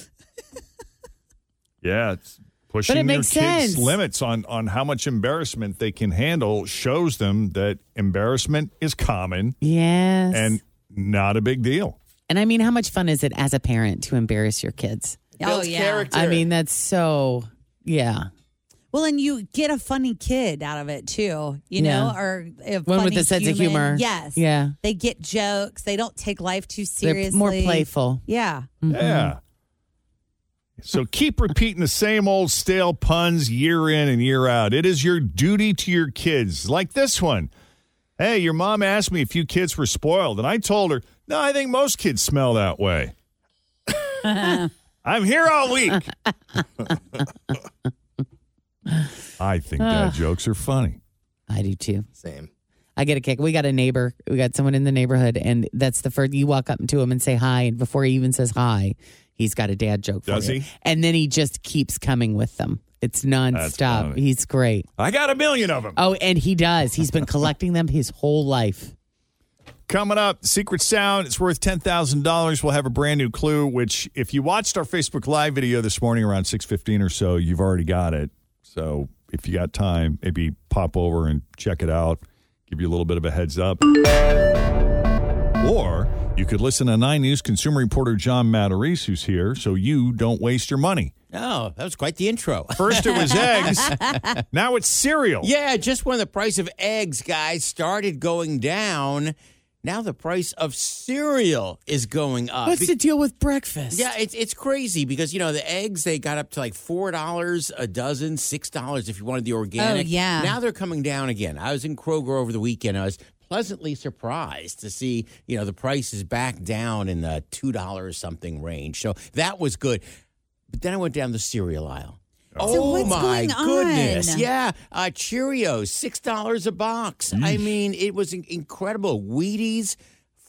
yeah, it's pushing your
makes
kids'
sense.
limits on on how much embarrassment they can handle shows them that embarrassment is common
Yes.
and not a big deal.
And I mean, how much fun is it as a parent to embarrass your kids?
Builds Oh, yeah. character.
I mean, that's so, yeah.
Well, and you get a funny kid out of it too, you know,
Yeah.
or a
One with
funny
a sense of
human.
humor.
Yes.
Yeah.
They get jokes. They don't take life too
They're
seriously.
more playful.
Yeah.
Yeah. So keep repeating the same old stale puns year in and year out. It is your duty to your kids, like this one. Hey, your mom asked me if you kids were spoiled, and I told her, no, I think most kids smell that way. I'm here all week. I think dad
Ugh.
jokes are funny.
I do too.
Same.
I get a kick. We got a neighbor. We got someone in the neighborhood, and that's the first you walk up to him and say hi, and before he even says hi, he's got a dad joke.
Does
for you.
he?
And then he just keeps coming with them. It's nonstop. He's great.
I got a million of them.
Oh, and he does. He's been collecting them his whole life.
Coming up, Secret Sound. It's worth ten thousand dollars. We'll have a brand new clue. Which, if you watched our Facebook Live video this morning around six fifteen or so, you've already got it. So, if you got time, maybe pop over and check it out. Give you a little bit of a heads up. Or you could listen to Nine News consumer reporter John Matarese, who's here, so you don't waste your money.
Oh, that was quite the intro.
First it was eggs. Now it's cereal.
Yeah, just when the price of eggs, guys, started going down, now the price of cereal is going up.
What's
Be-
the deal with breakfast?
yeah, it's it's crazy because you know the eggs they got up to like four dollars a dozen, six dollars if you wanted the organic.
Oh, yeah.
Now they're coming down again. I was in Kroger over the weekend. I was pleasantly surprised to see you know the price is back down in the two dollars something range. So that was good. But then I went down the cereal aisle. Oh
So what's
my
going on?
goodness! Yeah, uh, Cheerios, six dollars a box. I mean, it was in- incredible. Wheaties,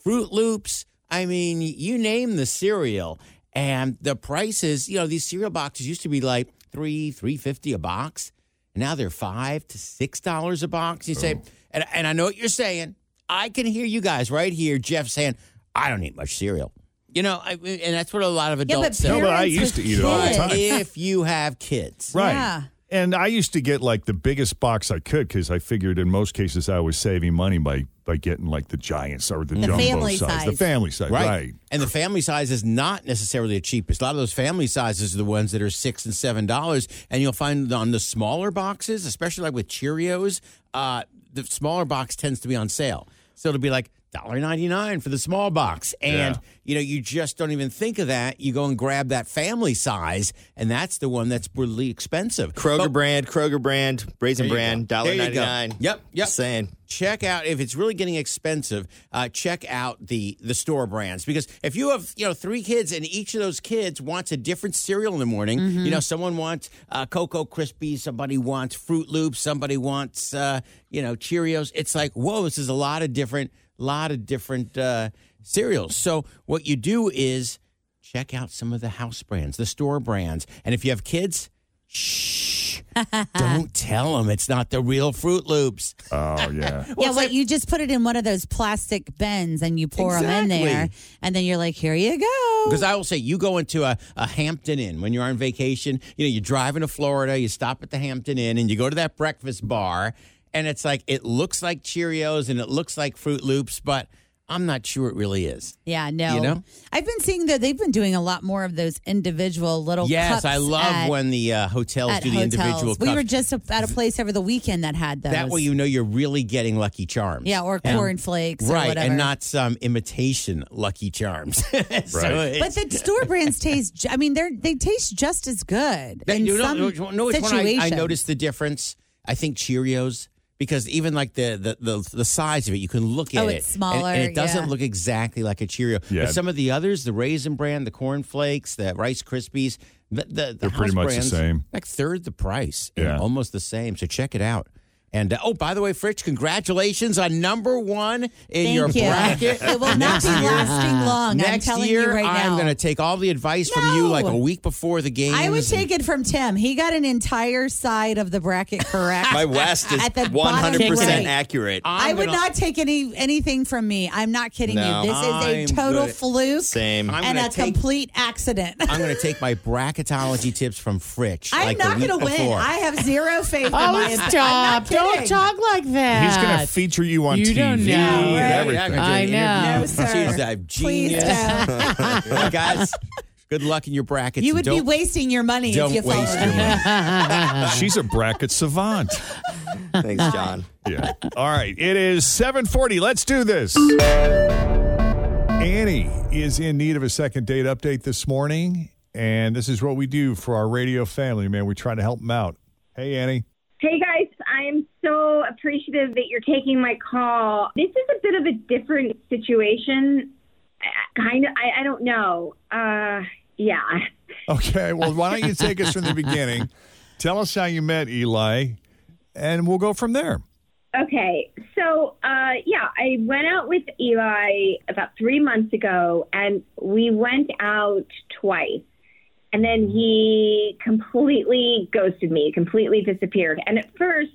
Fruit Loops. I mean, you name the cereal, and the prices. You know, these cereal boxes used to be like three, three fifty a box. And now they're five to six dollars a box. You say, and, and I know what you're saying. I can hear you guys right here, Jeff, saying, "I don't eat much cereal." You know, I, and that's what a lot of
Yeah, but
adults say.
No, but I parents used to with eat it all the kids. time.
If you have kids,
Right. And I used to get like the biggest box I could because I figured in most cases I was saving money by by getting like the giants or the,
The
jumbo
family
the
size.
family size, right?
And the family size is not necessarily the cheapest. A lot of those family sizes are the ones that are six and seven dollars, and you'll find on the smaller boxes, especially like with Cheerios, uh, the smaller box tends to be on sale. So it'll be like $1.99 for the small box, and
Yeah.
you know you just don't even think of that. You go and grab that family size, and that's the one that's really expensive.
Kroger
But-
brand, Kroger brand, Raisin
There you
brand,
go.
dollar
There you
ninety
go.
nine.
Yep, yep.
Saying
Check out if it's really getting expensive. Uh, check out the the store brands because if you have you know three kids and each of those kids wants a different cereal in the morning. You know, someone wants uh, Cocoa Krispies, somebody wants Fruit Loops, somebody wants uh, you know Cheerios. It's like whoa, this is a lot of different lot of different uh, cereals. So what you do is check out some of the house brands, the store brands, and if you have kids, shh Don't tell them it's not the real Fruit Loops.
Oh yeah.
yeah, what you just put it in one of those plastic bins and you pour them in there,
Exactly.
and then you're like, here you go.
Because I will say, you go into a, a Hampton Inn when you're on vacation. You know, you're driving to Florida, you stop at the Hampton Inn, and you go to that breakfast bar, and it's like it looks like Cheerios and it looks like Fruit Loops, but I'm not sure it really is.
Yeah, no.
You know?
I've been seeing that they've been doing a lot more of those individual little.
yes,
Oh, cups
I love
at,
when the uh, hotels
at
do the
hotels.
individual
We were
cups.
just at a place over the weekend that had those.
that way, you know you're really getting Lucky Charms.
Yeah, or
And-
Corn Flakes or
right?
whatever.
and not some imitation Lucky Charms. right.
But the store brands taste. ju- I mean, they're they taste just as good
That-
in
you know,
some
you know which one I,
situations.
I noticed the difference? I think Cheerios because even like the the the, the size of it, you can look at
Oh,
it.
it's
and- and,
smaller,
it doesn't
yeah.
look exactly like a Cheerio.
Yeah.
But some of the others, the raisin brand, the corn flakes, the Rice Krispies, the, the, the
They're pretty
house
much the
brands,
same.
like third the price, and
Yeah.
almost the same. So check it out. And uh, oh, by the way, Fritch, congratulations on number one in
Thank
your
you.
bracket.
It will not
Next
be
year-
lasting long, I'm
Next
telling you
year,
right
I'm
now.
going to take all the advice from you, like
No.
a week before the game.
I would take it from Tim. He got an entire side of the bracket correct.
My West is
At the bottom
100%
right.
accurate.
i would not take any anything from me. I'm not kidding
No.
you. This is a
I'm
total
good.
fluke
Same. I'm
and a
gonna take-
complete accident.
I'm going to take my bracketology tips from Fritch.
I'm
like
not
going to
win. I have zero faith in
Oh,
my
stop.
I'm not
Don't
kidding.
talk like that.
He's going to feature you on
You
TV.
don't know,
and
right?
everything.
Yeah, I'm gonna do an I know. interview.
She's a
Please
genius. Guys, good luck in your brackets.
You
and
would be
don't-
wasting your money if
don't
you followed
waste your
me.
She's a bracket savant.
Thanks, John.
Yeah. All right. It is 740. Let's do this. Annie is in need of a second date update this morning. And this is what we do for our radio family, man. We try to help them out. Hey, Annie.
Hey guys, I am so appreciative that you're taking my call. This is a bit of a different situation. Kind of, I, I don't know. Uh, yeah.
Okay. Well, why don't you take us from the beginning? Tell us how you met Eli, and we'll go from there.
Okay. So, uh, yeah, I went out with Eli about three months ago, and we went out twice. And then he completely ghosted me, completely disappeared. And at first,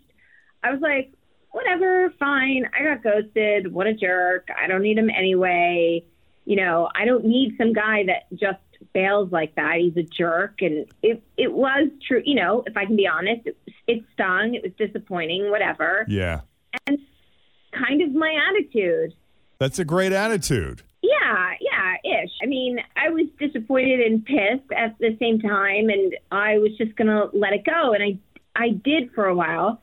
I was like, whatever, fine. I got ghosted. What a jerk. I don't need him anyway. You know, I don't need some guy that just bails like that. He's a jerk. And it, it was true. You know, if I can be honest, it, it stung. It was disappointing, whatever.
Yeah.
Kind of my attitude.
That's a great attitude.
Yeah, yeah, ish. I mean, I was disappointed and pissed at the same time, and I was just gonna let it go, and I I did for a while.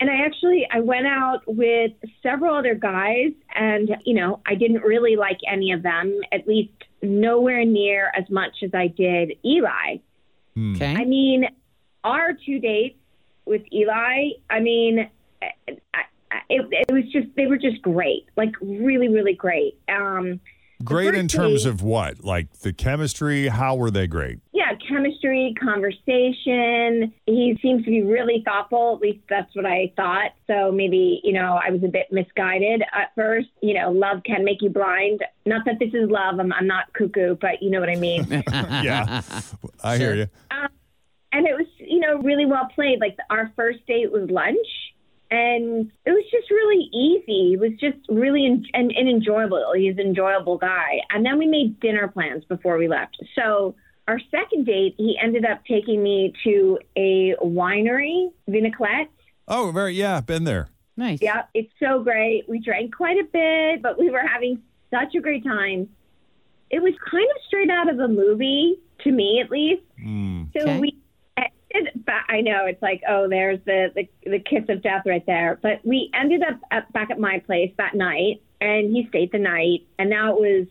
And I actually I went out with several other guys, and you know I didn't really like any of them, at least nowhere near as much as I did Eli.
Okay.
I mean, our two dates with Eli, I mean, I, I, it, it was just, they were just great, like really, really great. Um, the
Great in
first
terms
date-
of what? Like the chemistry? How were they great?
yeah, chemistry, conversation. He seems to be really thoughtful. At least that's what I thought. So maybe, you know, I was a bit misguided at first. You know, love can make you blind. Not that this is love. I'm, I'm not cuckoo, but you know what I mean.
yeah. I hear you.
and it was you know really well played like our first date was lunch and it was just really easy it was just really en- and, and enjoyable he's an enjoyable guy and then we made dinner plans before we left so our second date he ended up taking me to a winery vinaclet
Oh, very. Yeah. Been there.
Nice.
Yeah, it's so great. We drank quite a bit, but we were having such a great time. It was kind of straight out of a movie, to me at least. So we, ended, ba- I know it's like, oh, there's the, the the kiss of death right there. But we ended up at, back at my place that night, and he stayed the night, and that was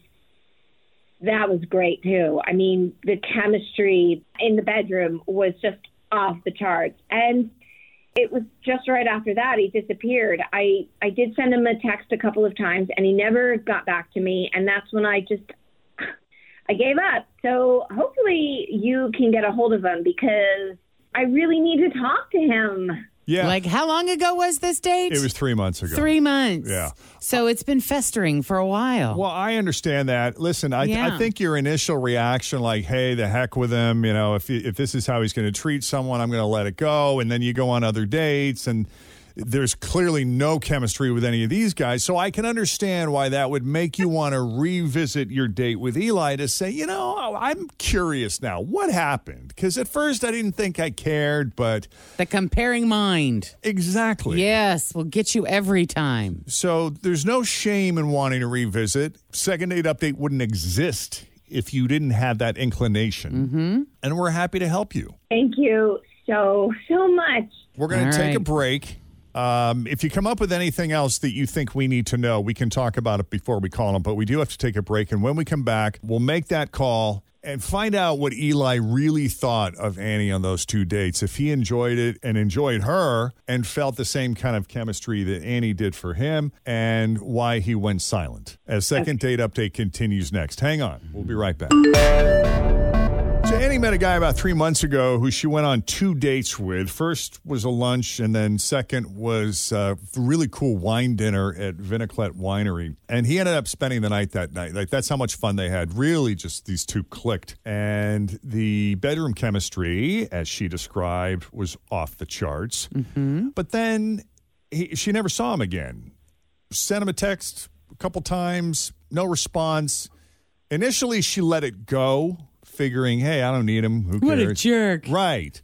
that was great too. I mean, the chemistry in the bedroom was just off the charts, and it was just right after that he disappeared. I I did send him a text a couple of times, and he never got back to me, and that's when I just I gave up. So hopefully you can get a hold of him because I really need to talk to him.
Yeah.
Like, how long ago was this date?
It was three months ago.
Three months.
Yeah.
So it's been festering for a while.
Well, I understand that. Listen, I, I
Yeah.
think your initial reaction, like, "Hey, the heck with him," you know, if if this is how he's going to treat someone, I'm going to let it go, and then you go on other dates, and there's clearly no chemistry with any of these guys, so I can understand why that would make you want to revisit your date with Eli to say, you know, I'm curious now, what happened? Because at first I didn't think I cared, but
the comparing mind,
exactly.
Yes, will get you every time.
So there's no shame in wanting to revisit. Second date update wouldn't exist if you didn't have that inclination. Mm-hmm. And we're happy to help you.
Thank you so, so much.
We're going to take a break. Um, if you come up with anything else that you think we need to know, we can talk about it before we call him. But we do have to take a break. And when we come back, we'll make that call and find out what Eli really thought of Annie on those two dates. If he enjoyed it and enjoyed her and felt the same kind of chemistry that Annie did for him and why he went silent. As second date update continues next. Hang on. We'll be right back. So Annie met a guy about three months ago who she went on two dates with. First was a lunch, and then second was uh, a really cool wine dinner at Vinaclet Winery. And he ended up spending the night that night. Like that's how much fun they had. Really, just these two clicked, and the bedroom chemistry, as she described, was off the charts. But then he, she never saw him again. Sent him a text a couple times, no response. Initially, she let it go, figuring, hey, I don't need him. Who cares?
What a
jerk. Right.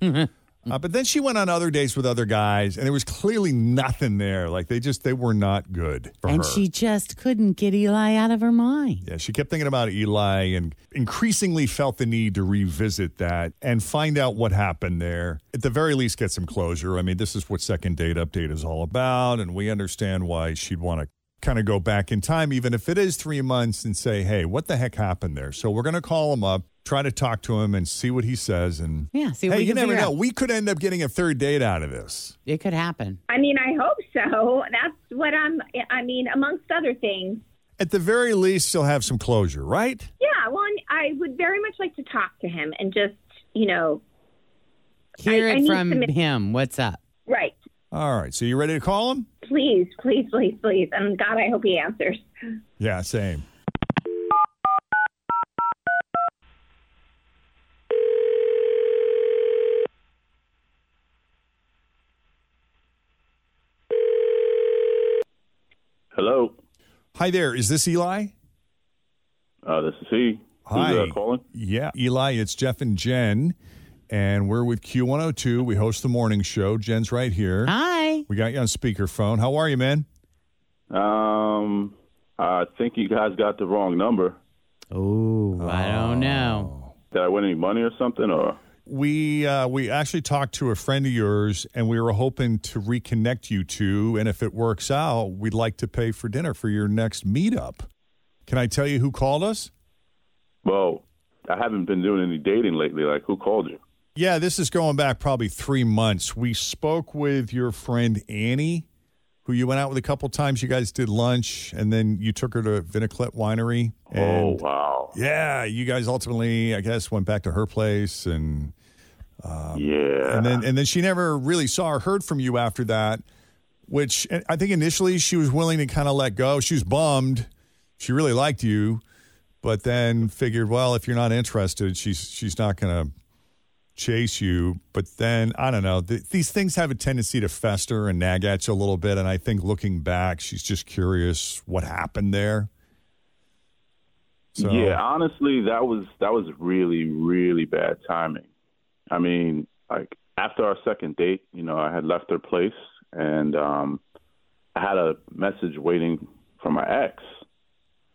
Uh, but then she went on other dates with other guys, and there was clearly nothing there. Like they just, they were not good for
and
her.
she just couldn't get Eli out of her mind.
Yeah, she kept thinking about Eli and increasingly felt the need to revisit that and find out what happened there. At the very least, get some closure. I mean, this is what Second Date Update is all about, and we understand why she'd want to kind of go back in time, even if it is three months, and say, hey, what the heck happened there? So we're going to call him up, try to talk to him, and see what he says. And
Yeah, see what
hey,
we
you
can
never
figure
know.
out.
We could end up getting a third date out of this.
It could happen.
I mean, I hope so. That's what I'm, I mean, amongst other things.
At the very least, she'll have some closure, right?
Yeah, well, I'm- I would very much like to talk to him and just, you know,
Hear
I- I
it
need
from
some-
him. What's up?
right.
All right. So you ready to call him?
Please, please, please, please. And God, I hope he answers.
Yeah, same.
Hello.
Hi there. Is this Eli?
Uh, this is he.
Hi.
Who's uh, calling?
Yeah, Eli, it's Jeff and Jen, and we're with Q102. We host the morning show. Jen's right here.
Hi.
We got you on speakerphone. How are you, man?
Um, I think you guys got the wrong number.
Oh, I don't know.
Did I win any money or something? Or
We uh, we actually talked to a friend of yours, and we were hoping to reconnect you two. And if it works out, we'd like to pay for dinner for your next meetup. Can I tell you who called us?
well, I haven't been doing any dating lately. Like, who called you?
Yeah, this is going back probably three months. We spoke with your friend Annie, who you went out with a couple times. You guys did lunch, and then you took her to Vinaclet Winery.
oh
And
wow.
Yeah, you guys ultimately, I guess, went back to her place, and
yeah.
um, and then and then she never really saw or heard from you after that. Which and I think initially she was willing to kind of let go. She was bummed. She really liked you, but then figured, well, if you're not interested, she's she's not going to chase you. But then I don't know. Th- these things have a tendency to fester and nag at you a little bit. And I think looking back, she's just curious what happened there. So-
Yeah, honestly, that was that was really really bad timing. I mean, like after our second date, you know, I had left her place and um I had a message waiting from my ex.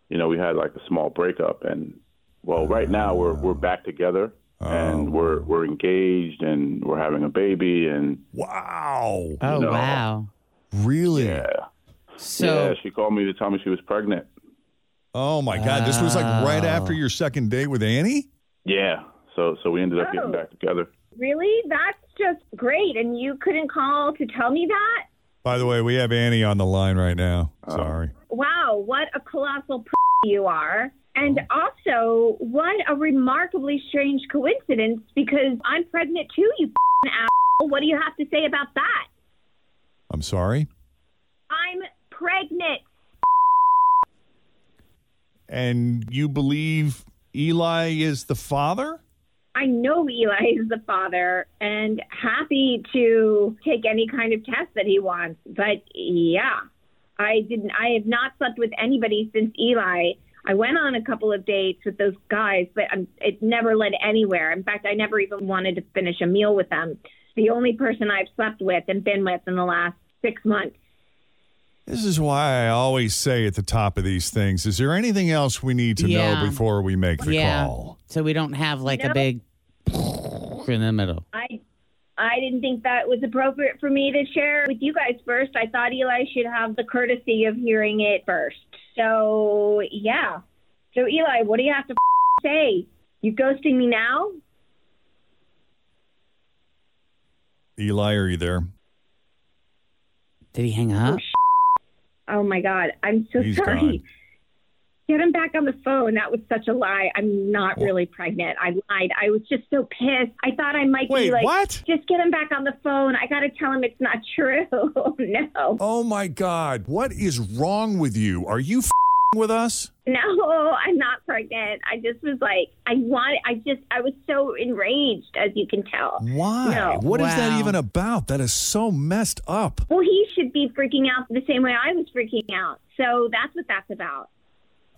You know, we had like a small breakup and well, right now we're we're back together and we're we're engaged and we're having a baby and
Wow.
Oh,
No.
wow.
Really?
Yeah.
So-
yeah, she called me to tell me she was pregnant.
Oh my God! This was like right after your second date with Annie.
Yeah. So so we ended up
Oh.
getting back together.
Really? That's just great. And you couldn't call to tell me that?
By the way, we have Annie on the line right now. Sorry.
Wow, what a colossal p- you are. And also, what a remarkably strange coincidence because I'm pregnant too, you p- asshole. What do you have to say about that?
I'm sorry.
I'm pregnant.
And you believe Eli is the father?
I know Eli is the father and happy to take any kind of test that he wants. But yeah, I didn't. I have not slept with anybody since Eli. I went on a couple of dates with those guys, but um it never led anywhere. In fact, I never even wanted to finish a meal with them. The only person I've slept with and been with in the last six months.
This is why I always say at the top of these things, is there anything else we need to
Yeah.
know before we make the
yeah.
call?
So we don't have like a
No.
big in the middle.
I I didn't think that was appropriate for me to share with you guys first. I thought Eli should have the courtesy of hearing it first. So yeah. So Eli, what do you have to say? You ghosting me now?
Eli, are you there?
Did he hang up?
Oh my God, I'm so
He's
sorry.
gone.
Get him back on the phone. That was such a lie. I'm not really pregnant. I lied. I was just so pissed. I thought I might
Wait,
be like,
what?
Just get him back on the phone. I got to tell him it's not true. no.
Oh my God. What is wrong with you? Are you fing with us?
No, I'm not pregnant. I just was like, I want. I just, I was so enraged, as you can tell.
Mm.
Why?
No.
What is that even about? That is so messed up.
Well, he should be freaking out the same way I was freaking out. So that's what that's about.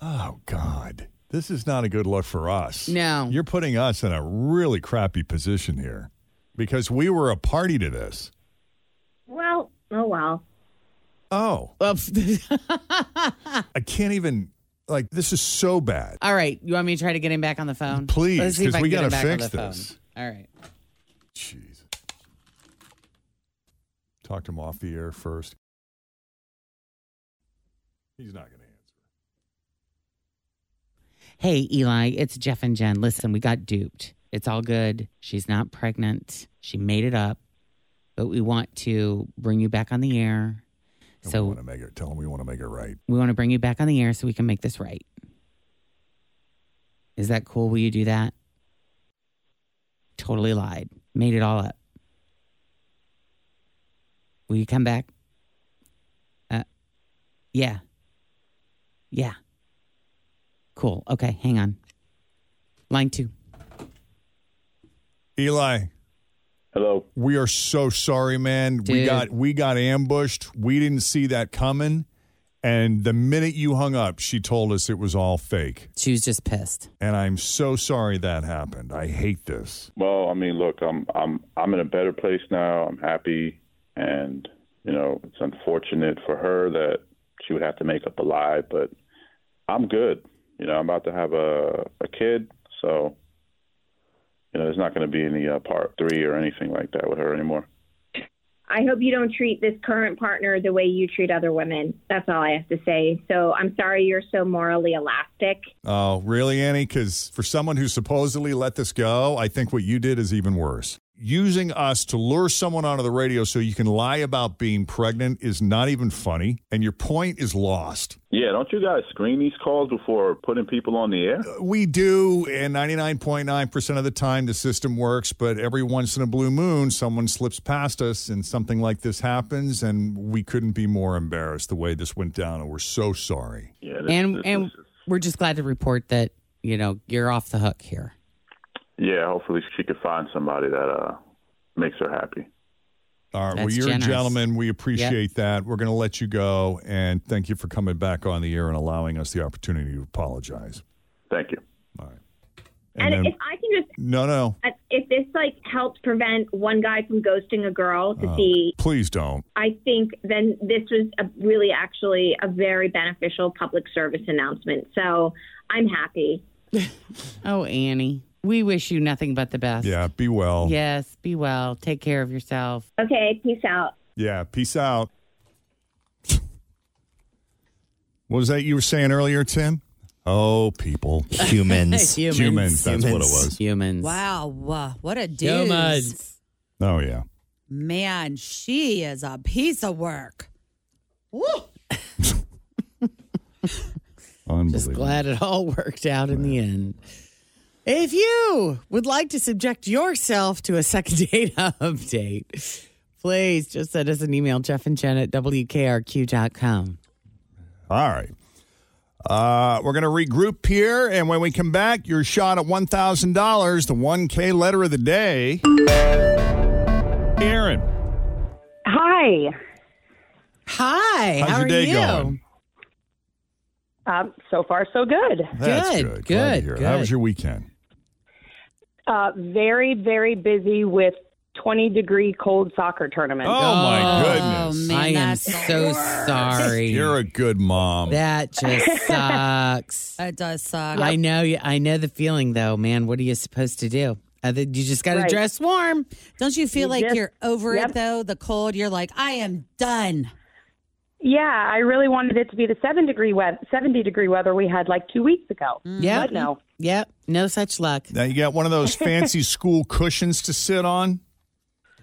Oh God. This is not a good look for us.
No.
You're putting us in a really crappy position here because we were a party to this.
Well, oh well.
Oh. I can't even like this is so bad.
All right. You want me to try to get him back on the phone?
Please,
Let's see if
'cause
I
we
can get him
gotta
back
fix
on the
this.
Phone. All right.
Talked him off the air first. He's not gonna answer.
Hey, Eli, it's Jeff and Jen. Listen, we got duped. It's all good. She's not pregnant. She made it up. But we want to bring you back on the air. So
we want to make it tell him we want to make it right.
we want to bring you back on the air so we can make this right. Is that cool? Will you do that? Totally lied. Made it all up. Will you come back? Uh, yeah. Yeah. Cool. Okay, hang on. Line two.
Eli.
Hello.
We are so sorry, man. We
Dude.
got we got ambushed. We didn't see that coming. And the minute you hung up, she told us it was all fake.
She was just pissed.
And I'm so sorry that happened. I hate this.
Well, I mean, look, I'm I'm I'm in a better place now. I'm happy, and you know, it's unfortunate for her that she would have to make up a lie, but I'm good. You know, I'm about to have a a kid, so you know, there's not going to be any uh, part three or anything like that with her anymore.
I hope you don't treat this current partner the way you treat other women. That's all I have to say. So I'm sorry you're so morally elastic.
Oh, really, Annie? Because for someone who supposedly let this go, I think what you did is even worse. Using us to lure someone onto the radio so you can lie about being pregnant is not even funny, and your point is lost.
Yeah, don't you guys screen these calls before putting people on the air?
We do, and 99.9% of the time the system works, but every once in a blue moon, someone slips past us and something like this happens, and we couldn't be more embarrassed the way this went down, and we're so sorry.
Yeah,
and and we're just glad to report that, you know, you're off the hook here.
Yeah, hopefully she could find somebody that uh makes her happy.
All right, Uh, well,
That's
you're
generous.
a gentleman. We appreciate that. We're going to let you go, and thank you for coming back on the air and allowing us the opportunity to apologize.
Thank you.
All right.
And,
And, then,
if I can just, uh,
no, no.
if this like helps prevent one guy from ghosting a girl to
Oh,
see,
please don't.
I think then this was a really actually a very beneficial public service announcement. So I'm happy.
Oh, Annie, we wish you nothing but the best.
Yeah, be well.
Yes, be well. Take care of yourself.
Okay, peace out.
Yeah, peace out. what was that you were saying earlier, Tim? Oh, people.
Humans.
Humans. That's what it was.
Humans.
Wow, wow, what a dude.
Oh, yeah.
Man, she is a piece of work. Woo!
Unbelievable.
Glad it all worked out in the end. If you would like to subject yourself to a second date update, Please just send us an email, Jeff and Jen at WKRQ.com.
All right. Uh, we're going to regroup here, and when we come back, your shot at $1,000, the 1K letter of the day. Aaron,
Hi.
Hi.
how's your day going?
Um, so far, so good.
That's good. Glad to hear it. How was your weekend?
Uh, very, very busy with 20 degree cold soccer tournament.
Oh, my goodness.
I am so sorry.
You're a good mom.
That just sucks.
It does suck.
I know. you- I know the feeling, though, man. What are you supposed to do? Other, you just got to
Right.
dress warm.
Don't you feel
You
like
just-
you're over
Yep.
it though? The cold, you're like, I am done.
Yeah, I really wanted it to be the seven degree weather, 70 degree weather we had like two weeks ago.
Mm.
Yep.
But no.
Yep. No such luck.
Now, you got one of those fancy school cushions to sit on?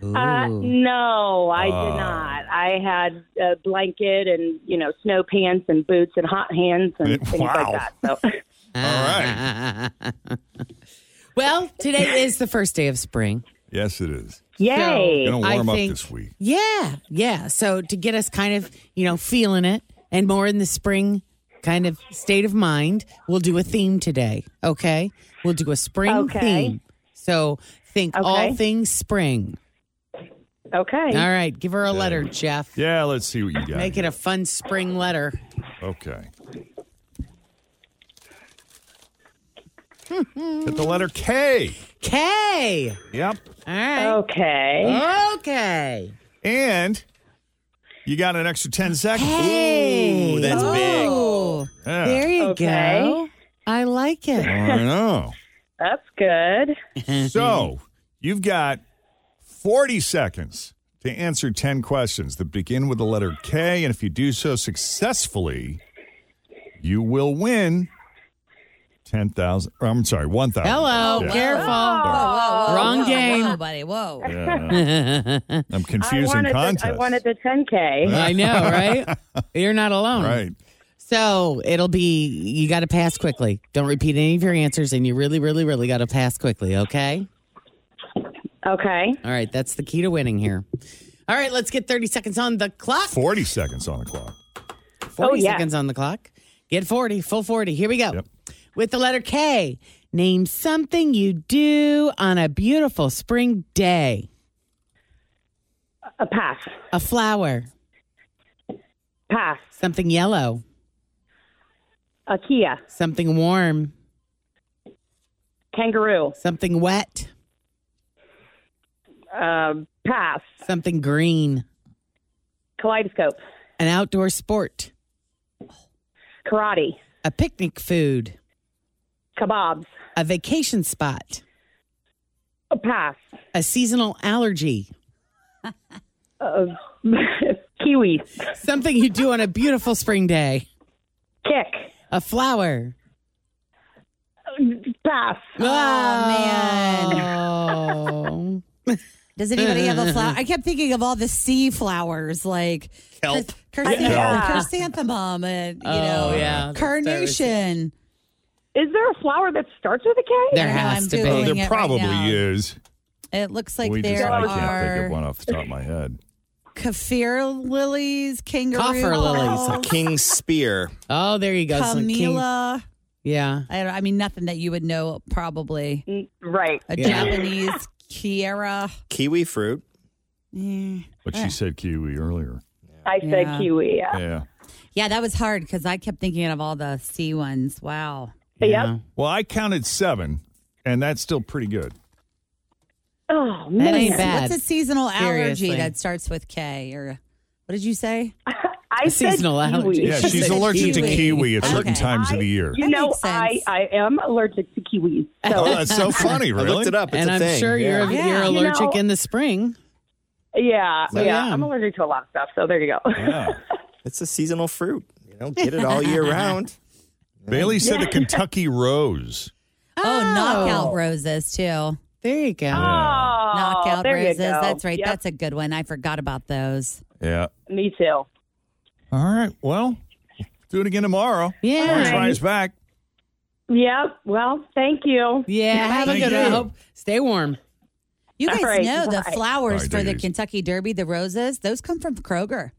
Uh, no, I
Oh.
Uh.
did not. I had a blanket and, you know, snow pants and boots and hot hands and things like that.
All
right. well, today is the first day of spring.
Yes, it is.
Yay.
Gonna
I
warm up
think-
this week.
Yeah, yeah. So to get us kind of, you know, feeling it and more in the spring kind of state of mind, we'll do a theme today. Okay. We'll do a spring
Okay.
theme. So think all
Okay.
things spring.
Okay.
All right. Give her a letter, Jeff.
Yeah, let's see what you got.
Make it a fun spring letter.
Okay. Get the letter K.
K.
Yep.
All right. Uh.
Okay.
Okay.
And you got an extra 10 seconds.
Hey.
Ooh, that's big.
Oh,
Yeah.
There you
Okay.
go. I like it.
I know.
That's good.
So you've got 40 seconds to answer 10 questions that begin with the letter K. And if you do so successfully, you will win 10,000. or, I'm sorry, 1,000.
Hello.
Yeah.
Careful. Wrong
whoa,
game.
whoa, buddy. Whoa.
Yeah. I'm
I
confusing
wanted
contests.
The, I wanted the 10K.
I know, right? You're not alone.
Right.
So it'll be, you got to pass quickly. Don't repeat any of your answers, and you really, really, really got to pass quickly, okay?
Okay.
All right, that's the key to winning here. All right, let's get 30 seconds on the clock.
40 seconds on the clock.
40
Oh, yeah.
seconds on the clock. Get 40, full 40. Here we go. With the letter K, name something you do on a beautiful spring day.
A pass.
A flower.
Pass.
Something yellow.
A Kia.
Something warm.
Kangaroo.
Something wet.
Um, pass.
Something green.
Kaleidoscope.
An outdoor sport.
Karate.
A picnic food.
Kebabs.
A vacation spot.
A pass.
A seasonal allergy.
Uh, kiwi.
Something you do on a beautiful spring day.
Kick.
A flower.
Pass.
Oh, Ah. man.
Does anybody have a flower? I kept thinking of all the sea flowers like
Kelp.
chrysan- chrysanthemum,
Yeah.
and you
Oh,
know
yeah. That's
carnation.
Is there a flower that starts with a K?
There
I know,
has
I'm
to be.
Googling
there
it right
probably
now.
is.
It looks like
we just,
there
I can't think of
are
one off the top of my head.
kaffir lilies, kangaroo,
Coffer lilies.
balls,
King Spear.
Oh, there you go. Some king-
Camila.
Yeah.
I, don't, I mean, nothing that you would know probably.
Mm, Right.
A
Yeah.
Japanese Kiera. Eh,
Kiwi fruit.
But she said kiwi earlier.
I said
Yeah.
kiwi. Yeah.
Yeah.
Yeah, that was hard because I kept thinking of all the C ones. Wow.
Well, I counted seven, and that's still pretty good.
Oh,
man.
ain't bad.
What's a seasonal
Seriously.
allergy that starts with K? Or what did you say?
I
A said seasonal kiwi. allergy.
Yeah,
She
she's
said
allergic to
kiwi.
kiwi at certain
Okay.
times of the year.
You know, I, I am allergic to kiwis. So
Oh, that's so funny, really?
and i I'm sure you're,
Yeah.
you're
You
allergic
know-
in the spring.
Yeah,
So,
uh, yeah,
yeah.
I'm allergic to a lot of stuff, so there you go.
It's a seasonal fruit. You don't get it all year round.
Bailey said the Kentucky rose.
Oh, knockout roses too.
There you go.
Oh.
knockout
Oh, there you
roses.
go.
That's right.
Yep.
That's a good one. I forgot about those.
Yeah.
Me too.
All right. Well, do it again tomorrow.
Yeah.
Orange Fry's back.
Yep. Well, thank you.
Yeah, have a
Thank
good
you.
one. Hope- Stay warm.
You guys
All right,
know the
bye.
All
flowers
right,
for
take it
the
easy.
Kentucky Derby, the roses, those come from Kroger.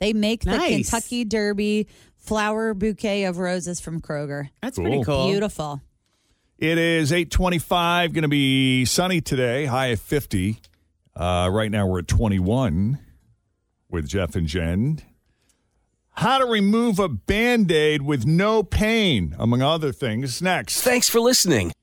They make the
Nice.
Kentucky Derby flower bouquet of roses from Kroger.
That's pretty Cool. cool.
Beautiful.
It is 825, going to be sunny today, high of 50. Uh, right now we're at 21 with Jeff and Jen. How to remove a band aid with no pain, among other things, next.
Thanks for listening